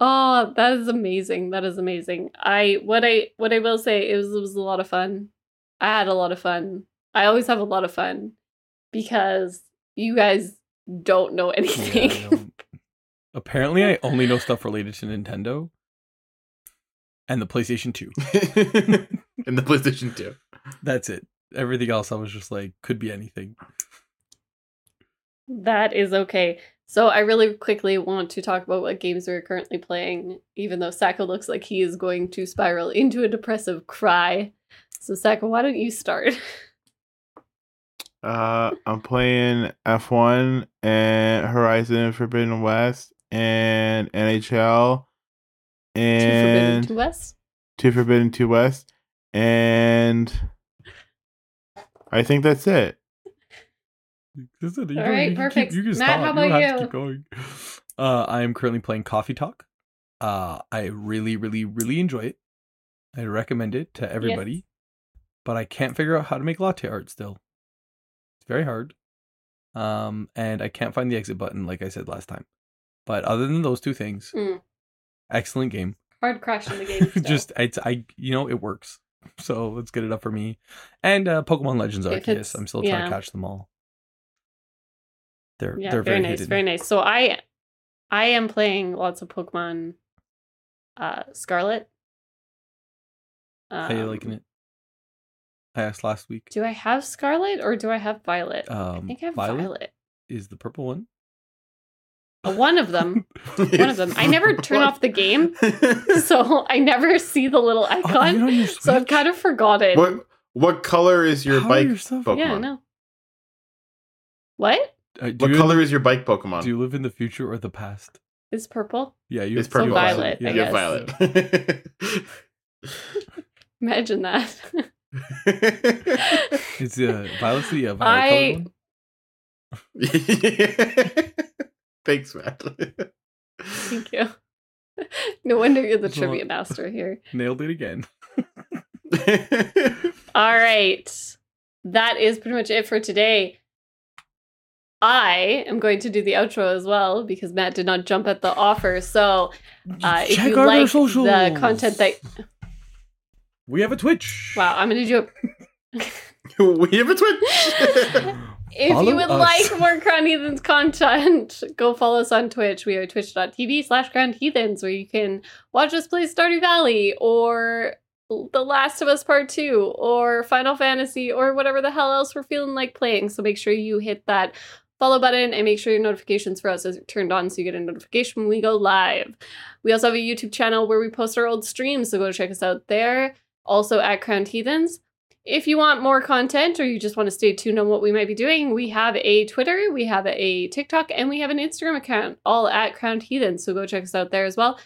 oh, that is amazing. That is amazing. I what I what I will say it was it was a lot of fun. I had a lot of fun. I always have a lot of fun because you guys don't know [LAUGHS]
Yeah,
anything.
I don't- [LAUGHS] Apparently, I only know stuff related to Nintendo and the PlayStation [LAUGHS] 2.
[LAUGHS] In the PlayStation 2.
That's it. Everything else, I was just like, could be anything.
[LAUGHS] That is okay. So I really quickly want to talk about what games we're currently playing, even though Sacco looks like he is going to spiral [LAUGHS] into a depressive cry. So Sacco, why don't you start? [LAUGHS]
Uh, I'm playing F1 and Horizon Forbidden West and NHL
Two Forbidden
and
to West?
Two Forbidden Two West and I think that's
[LAUGHS]
it.
That's it. You
All
don't-
right,
you can
perfect.
Keep, you can
Matt,
stop.
how
you?
about
don't have to
you?
keep going. [LAUGHS] Uh, I am currently playing Coffee Talk. Uh, I really, really, really enjoy it. I recommend it to everybody, but I can't figure out how to make latte art still. It's very hard. Um, and I can't find the exit button, like I said last time. But other than those two things,
Mm.
excellent game.
Hard crash in the game. still.
[LAUGHS] just it's I you know it works. So let's get it up for me. And uh Pokemon Legends
If it's-
Arceus. I'm still trying
yeah.
to catch them all. They're
yeah,
they're
very
very,
nice,
hidden.
very nice. So I, I am playing lots of Pokemon, uh, Scarlet.
How you
Um,
liking it? I asked last week.
Do I have Scarlet or do I have Violet? I
Um
think I have
Violet
Violet.
is the purple
[LAUGHS]
one.
Uh, One of
[LAUGHS]
them. One of them. I never turn off the game, so [LAUGHS] I never see the little
Oh, you
icon.
don't use
so I've
Switch?
kind of forgotten.
[LAUGHS] What what color is your
How are
bike?
your stuff-
Pokemon?
Yeah, no. What?
Uh, do
What
you
color is your bike
do you
Pokemon?
live in the future or the past?
Is purple?
Yeah, you
It's
you have
purple.
violet, I
Yeah,
guess. Imagine
[LAUGHS]
that. [LAUGHS]
violet.
It's uh violet's the uh, violet
I-
colored one.
[LAUGHS]
[LAUGHS]
Thanks, Matt.
Thank you. [LAUGHS] No wonder you're the
So-
trivia master here.
Nailed it again.
All right. That is pretty much it for today. I am going to do the outro as well because Matt did not jump at the offer. So Uh, if
Check
you
out
like
our
the
socials.
content that-
we have a Twitch.
wow, I'm gonna do it.
[LAUGHS] we have a
[LAUGHS]
twin.
If you
Follow
would
us.
like more Crown Heathens content, [LAUGHS] go follow us on Twitch. We are twitch.tv slash Crown Heathens, where you can watch us play Stardew Valley or The Last of Us Part 2 or Final Fantasy or whatever the hell else we're feeling like playing. So make sure you hit that follow button and make sure your notifications for us is turned on so you get a notification when we go live. We also have a YouTube channel where we post our old streams, so go check us out there. Also at Crown Heathens. If you want more content or you just want to stay tuned on what we might be doing, we have a Twitter, we have a TikTok, and we have an Instagram account, all at Crown Heathens. So go check us out there as well.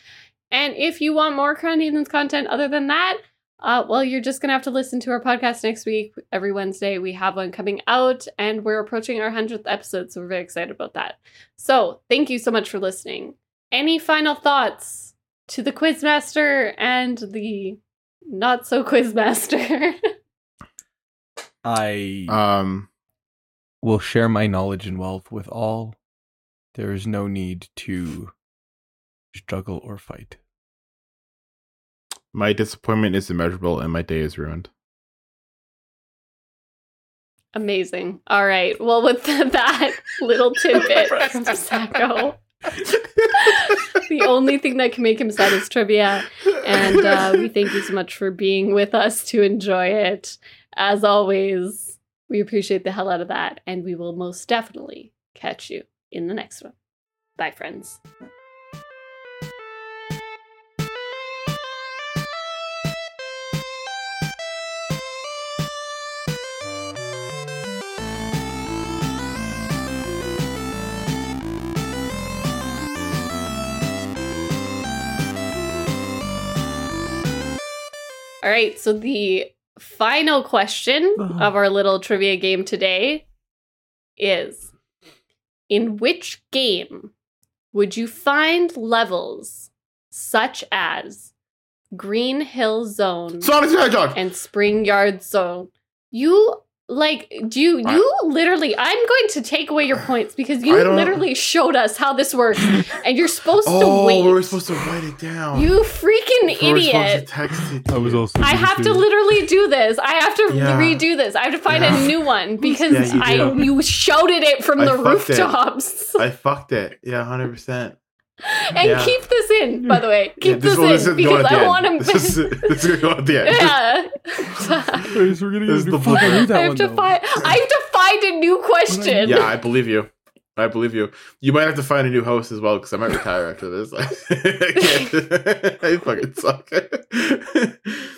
And if you want more Crown Heathens content other than that, uh, well, you're just going to have to listen to our podcast next week. Every Wednesday, we have one coming out, and we're approaching our 100th episode, so we're very excited about that. So thank you so much for listening. Any final thoughts to the Quizmaster and the not so Quizmaster? [LAUGHS]
I
um,
Uh, will share my knowledge and wealth with all. There is no need to struggle or fight.
my disappointment is immeasurable, and my day is ruined.
Amazing. All right. Well, with [LAUGHS] that little tidbit from Sacco, [LAUGHS] the only thing that can make him sad is trivia. And uh,
[LAUGHS]
we thank you so much for being with us to enjoy it. As always, we appreciate the hell out of that. And we will most definitely catch you in the next one. Bye, friends. All right, so the final question of our little trivia game today is In which game would you find levels such as Green Hill Zone
Sonic the Hedgehog.
and Spring Yard Zone? You like do you
I-
you literally I'm going to take away your points because you
I don't-
literally showed us how
[LAUGHS]
this works and you're supposed to
Oh,
wait.
we were supposed to write it down.
you freaking
We were supposed To
idiot.
text it.
I was also.
I have to literally do this. I have to
Yeah.
redo this. I have to find a
Yeah.
new one because
Yeah, you
I
do.
you shouted it from
I
the
fucked it.
rooftops. [LAUGHS]
I fucked it. Yeah, hundred percent.
and
Yeah.
keep this in, by the way. Keep this,
well,
in
is going
because
at the
I
end.
want to.
This [LAUGHS] is, this is going to go at the end.
[LAUGHS] yeah. [LAUGHS]
We're gonna
This
use
is
the
the
fuck. I
blooper.
knew
I
that
have
one.
to
though.
find. I have to find a new question.
Yeah, I believe you. I believe you. You might have to find a new host as well because I [LAUGHS] might retire after this. I, can't. I fucking suck. [LAUGHS]